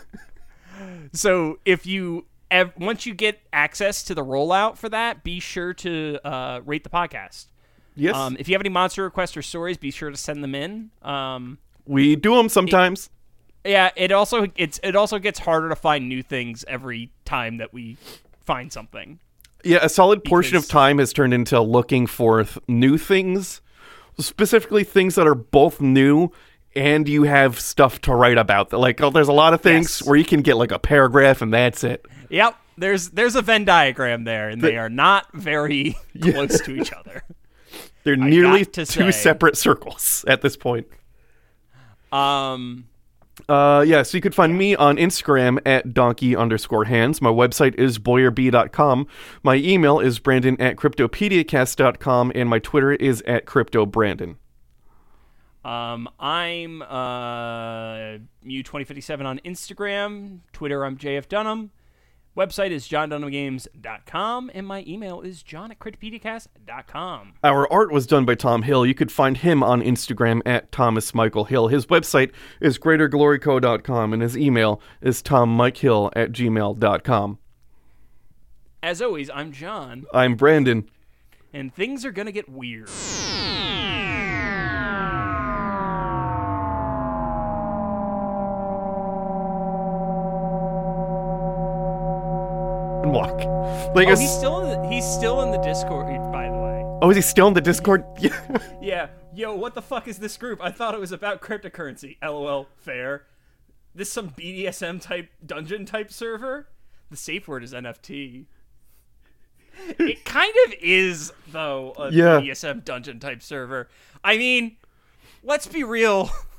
A: so if you ev- once you get access to the rollout for that, be sure to uh, rate the podcast.
B: Yes.
A: Um, if you have any monster requests or stories, be sure to send them in. Um,
B: we do them sometimes.
A: yeah, it also it's it also gets harder to find new things every time that we find something.
B: Yeah, a solid portion of
A: Because-
B: time has turned into looking for th- new things, specifically things that are both new and you have stuff to write about. That Like, oh, there's a lot of things
A: Yes.
B: where you can get like a paragraph and that's it.
A: Yep, there's there's a Venn diagram there, and they are not very close to each other.
B: They're nearly
A: got to
B: two
A: say-
B: separate circles at this point.
A: Um,
B: Uh, yeah, so you could find me on Instagram at donkey underscore hands. My website is boyerb.com. My email is brandon at cryptopediacast.com, and my Twitter is at cryptobrandon.
A: um, I'm uh mu2057 on Instagram, Twitter. I'm JF Dunham. Website is johndunhamgames.com, and my email is john at critpediacast.com.
B: Our art was done by Tom Hill. You could find him on Instagram at Thomas Michael Hill. His website is greatergloryco.com and his email is tommikehill at gmail.com.
A: As always, I'm John,
B: I'm Brandon.
A: and things are gonna get weird.
B: Walk. Like
A: Oh,
B: a
A: he's
B: s-
A: still in the, he's still in the Discord, by the way.
B: oh, is he still in the Discord? Yeah.
A: Yeah. Yo, what the fuck is this group? I thought it was about cryptocurrency. LOL. Fair. This some BDSM type dungeon type server. The safe word is NFT. it kind of is though a
B: Yeah.
A: BDSM dungeon type server. I mean, let's be real.